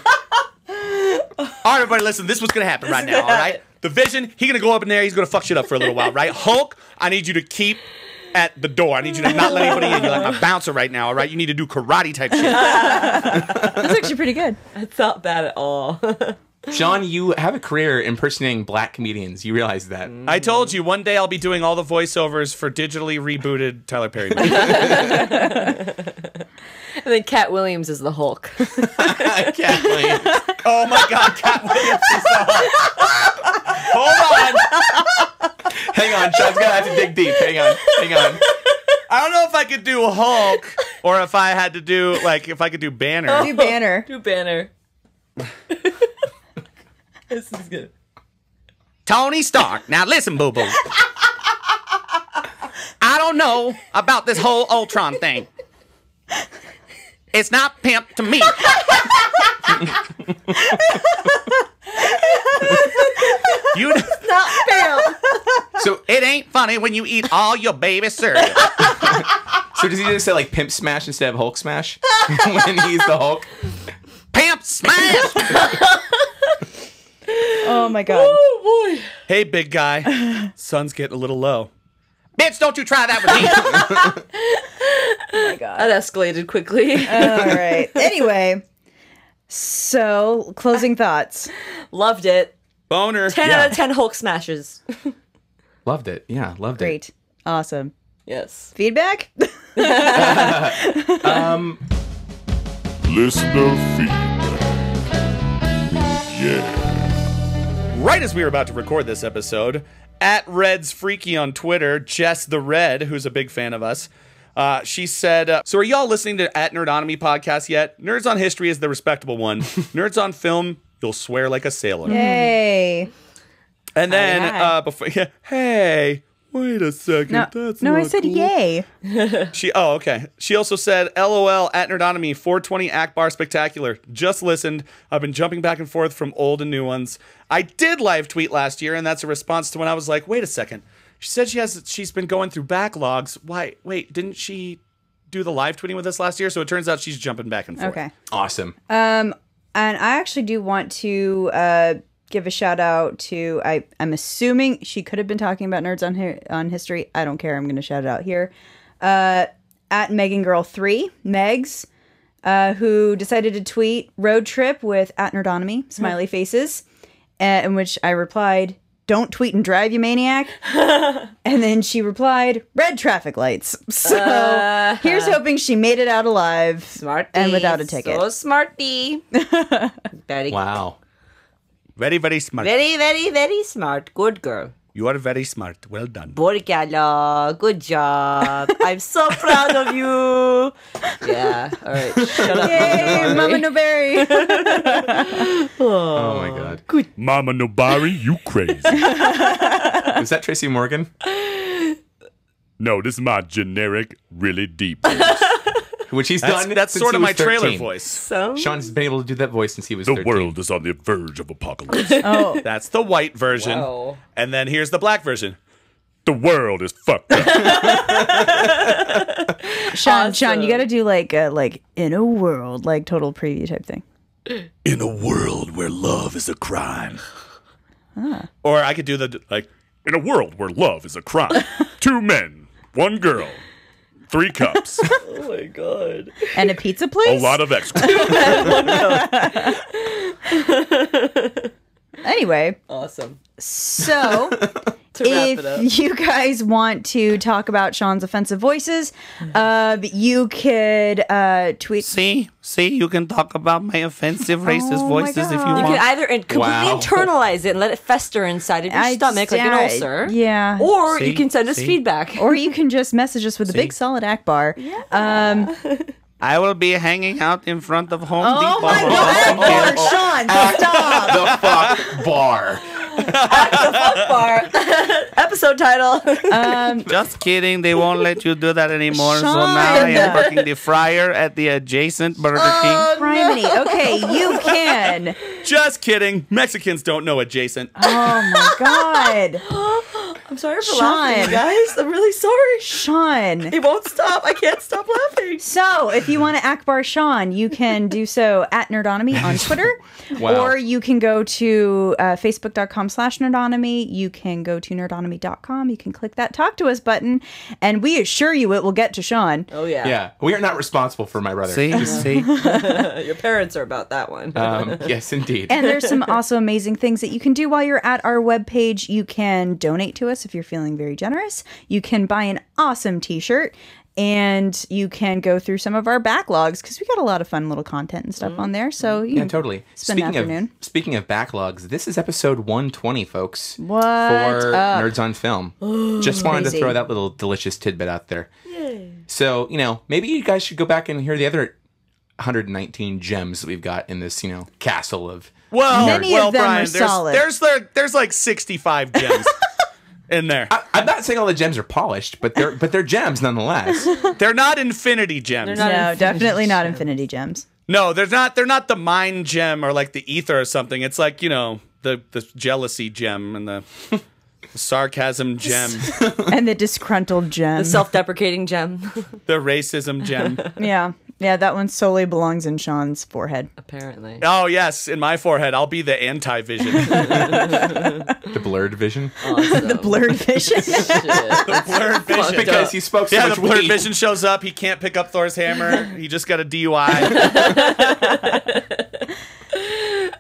Speaker 4: right, everybody, listen. This is what's gonna happen right now. All right, the Vision. He's gonna go up in there. He's gonna fuck shit up for a little while. Right, Hulk. I need you to keep at the door. I need you to not let anybody in. You're like my bouncer right now. All right, you need to do karate type shit.
Speaker 2: That's actually pretty good.
Speaker 5: That's not bad at all.
Speaker 3: John, you have a career impersonating black comedians. You realize that.
Speaker 4: I told you one day I'll be doing all the voiceovers for digitally rebooted Tyler Perry. movies.
Speaker 5: And then Cat Williams is the Hulk.
Speaker 3: I can't believe-
Speaker 4: Oh my God, Cat Williams is the Hulk. Hold on.
Speaker 3: Hang on, John's gonna have to dig deep. Hang on. Hang on.
Speaker 4: I don't know if I could do Hulk or if I had to do like if I could do Banner.
Speaker 2: Do Banner.
Speaker 5: New banner. this is good.
Speaker 4: Tony Stark. Now listen, Boo Boo. I don't know about this whole Ultron thing. It's not pimp to me. you,
Speaker 3: So
Speaker 4: it ain't funny when you eat all your baby cereal.
Speaker 3: so does he just say like pimp smash instead of Hulk smash? when he's the Hulk?
Speaker 4: Pimp smash.
Speaker 2: Oh my god!
Speaker 5: Oh boy.
Speaker 4: Hey, big guy. Sun's getting a little low. Bitch, don't you try that with me.
Speaker 5: That escalated quickly.
Speaker 2: All right. Anyway, so closing thoughts.
Speaker 5: Loved it.
Speaker 4: Boner.
Speaker 5: 10
Speaker 3: Yeah.
Speaker 5: out of 10 Hulk smashes.
Speaker 3: Loved it. Yeah, loved it.
Speaker 2: Great, awesome
Speaker 5: Yes.
Speaker 2: feedback.
Speaker 6: Listener feedback. Yeah.
Speaker 4: right as we were about to record this episode, at Reds Freaky on Twitter, Jess the Red, who's a big fan of us, uh, she said, uh, "So are y'all listening to at Nerdonomy podcast yet? Nerds on History is the respectable one. Nerds on Film, you'll swear like a sailor."
Speaker 2: Hey.
Speaker 4: And then
Speaker 5: hi.
Speaker 4: uh, before, yeah, hey. Wait a second.
Speaker 2: No,
Speaker 4: That's
Speaker 2: no, I
Speaker 4: not
Speaker 2: said
Speaker 4: cool.
Speaker 2: yay.
Speaker 4: She oh okay. She also said, "LOL at Nerdonomy 420 Akbar Spectacular. Just listened. I've been jumping back and forth from old and new ones. I did live tweet last year, and that's a response to when I was like, wait a second. She said she has she's been going through backlogs. Why? Wait, didn't she do the live tweeting with us last year? So it turns out she's jumping back and forth.
Speaker 2: Okay.
Speaker 3: Awesome.
Speaker 2: And I actually do want to uh, give a shout out to I. I'm assuming she could have been talking about nerds on hi- on history. I don't care. I'm going to shout it out here. Uh, at Megan Girl Three Megs, uh, who decided to tweet road trip with at nerdonomy smiley faces, uh, in which I replied. Don't tweet and drive, you maniac. and then she replied, red traffic lights. So here's hoping she made it out alive and without a ticket.
Speaker 5: So smarty. very,
Speaker 3: Wow.
Speaker 4: Very very smart.
Speaker 5: very, very, very smart. Good girl.
Speaker 4: you are very smart. Well done.
Speaker 5: Borgala, good job. I'm so proud of you. Yeah. All right. Shut up.
Speaker 2: Yay, Mama No Berry.
Speaker 3: Oh my god.
Speaker 6: Um, Mama Nobari, you crazy.
Speaker 3: Is that Tracy Morgan?
Speaker 6: no, this is my generic, really deep. voice.
Speaker 3: Which he's
Speaker 4: That's,
Speaker 3: done.
Speaker 4: that's
Speaker 3: since he
Speaker 4: sort of
Speaker 3: was
Speaker 4: my trailer
Speaker 3: 13.
Speaker 4: voice.
Speaker 5: So
Speaker 3: Sean's been able to do that voice since he was
Speaker 6: The
Speaker 3: 13.
Speaker 6: world is on the verge of apocalypse.
Speaker 2: Oh,
Speaker 4: That's the white version.
Speaker 5: Wow.
Speaker 4: And then here's the black version.
Speaker 6: The world is fucked up.
Speaker 2: Sean, Sean, you
Speaker 5: Awesome.
Speaker 2: got to do like a, like in a world like total preview type thing.
Speaker 6: In a world where love is a crime.
Speaker 4: Or I could do the like
Speaker 6: In a world where love is a crime. Two men, one girl, three cups,
Speaker 5: Oh my god.
Speaker 2: And a pizza
Speaker 6: a
Speaker 2: place.
Speaker 6: lot of extra.
Speaker 2: anyway,
Speaker 5: Awesome.
Speaker 2: so
Speaker 5: To wrap it up.
Speaker 2: if you guys want to talk about Sean's offensive voices, uh, you could uh, tweet.
Speaker 4: see, see, you can talk about my offensive racist
Speaker 2: Oh my
Speaker 4: voices if you
Speaker 2: God. You
Speaker 5: You
Speaker 4: want.
Speaker 5: could either in- completely
Speaker 3: Wow.
Speaker 5: internalize it and let it fester inside of your
Speaker 2: I-
Speaker 5: stomach like an
Speaker 2: yeah,
Speaker 5: ulcer.
Speaker 2: yeah.
Speaker 5: Or
Speaker 4: See?
Speaker 5: you can send us
Speaker 4: See?
Speaker 5: feedback.
Speaker 2: Or you can just message us with a big solid act bar. Um,
Speaker 4: I will be hanging out in front of Home
Speaker 2: oh
Speaker 4: Depot.
Speaker 2: my God, act bar, Sean, stop.
Speaker 3: the fuck bar.
Speaker 5: Bar. Episode title.
Speaker 4: Just kidding, they won't let you do that anymore. So
Speaker 2: Sean.
Speaker 4: now I am working the fryer at the adjacent Burger
Speaker 2: Oh.
Speaker 4: King.
Speaker 2: Criminy. Okay, you can.
Speaker 4: Just kidding. Mexicans don't know adjacent.
Speaker 2: Oh my god.
Speaker 5: I'm sorry for
Speaker 2: laughing, you
Speaker 5: guys. I'm really sorry.
Speaker 2: Sean.
Speaker 5: It won't stop. I can't stop laughing.
Speaker 2: So, if you want to Akbar Sean, you can do so at Nerdonomy on Twitter,
Speaker 3: Wow.
Speaker 2: or you can go to uh, facebook.com slash Nerdonomy. You can go to nerdonomy.com. You can click that Talk to Us button, and we assure you it will get to Sean.
Speaker 5: Oh yeah.
Speaker 3: Yeah, we are not responsible for my brother.
Speaker 4: See, see.
Speaker 5: Your parents are about that one.
Speaker 4: Uh,
Speaker 3: Um, yes, indeed.
Speaker 2: And there's some also amazing things that you can do while you're at our webpage. You can donate to us if you're feeling very generous. You can buy an awesome t shirt and you can go through some of our backlogs because we got a lot of fun little content and
Speaker 5: Mm-hmm.
Speaker 2: stuff on there. So, you
Speaker 3: yeah,
Speaker 2: know,
Speaker 3: totally.
Speaker 2: Mm. Spend an
Speaker 3: Speaking of
Speaker 2: afternoon.
Speaker 3: speaking of backlogs, this is episode 120, folks.
Speaker 2: What
Speaker 3: for
Speaker 2: up?
Speaker 3: Nerds on Film? Just wanted
Speaker 2: Crazy.
Speaker 3: to throw that little delicious tidbit out there. So you know, maybe you guys should go back and hear the other 119 gems that we've got in this you know castle of.
Speaker 4: Well,
Speaker 2: Many of
Speaker 4: well,
Speaker 2: them are
Speaker 4: Brian, there's,
Speaker 2: solid.
Speaker 4: there's there, there's like 65 gems in there.
Speaker 3: I'm not saying all the gems are polished, but they're but they're gems nonetheless.
Speaker 4: They're not infinity gems.
Speaker 5: not
Speaker 2: no,
Speaker 5: Infinity
Speaker 2: definitely not Infinity Gems.
Speaker 4: No, they're not. They're not the mind gem or like the ether or something. It's like you know the the jealousy gem and the sarcasm gem,
Speaker 2: and the disgruntled gem.
Speaker 5: Self-deprecating gem,
Speaker 4: the racism gem.
Speaker 2: yeah. Yeah, that one solely belongs in Sean's forehead.
Speaker 5: apparently.
Speaker 4: Oh yes, in my forehead, I'll be the anti vision,
Speaker 3: the blurred vision.
Speaker 2: The blurred vision.
Speaker 4: blurred vision.
Speaker 3: because he spoke so
Speaker 4: yeah,
Speaker 3: much
Speaker 4: the blurred
Speaker 3: weed.
Speaker 4: vision shows up. He can't pick up Thor's hammer. He just got a DUI.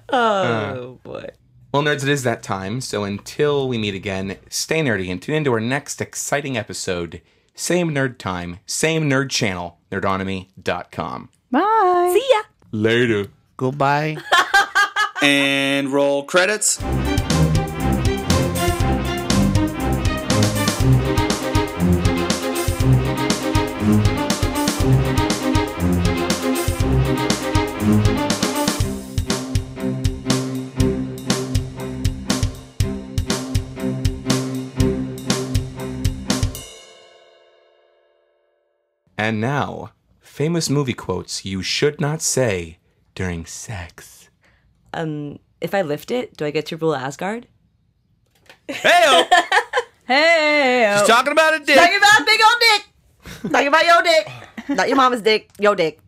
Speaker 5: Oh boy.
Speaker 3: Well, nerds, it is that time. So until we meet again, stay nerdy and tune into our next exciting episode. Same nerd time, same nerd channel, nerdonomy.com.
Speaker 2: Bye.
Speaker 5: See ya.
Speaker 3: Later.
Speaker 4: Goodbye. and roll credits.
Speaker 3: And now, famous movie quotes you should not say during sex.
Speaker 5: Um, if I lift it, do I get to rule Asgard?
Speaker 4: Hey,
Speaker 2: Hey.
Speaker 4: he's talking about a dick.
Speaker 5: Talking about big old dick. Talking about your dick. Not your mama's dick. Your dick.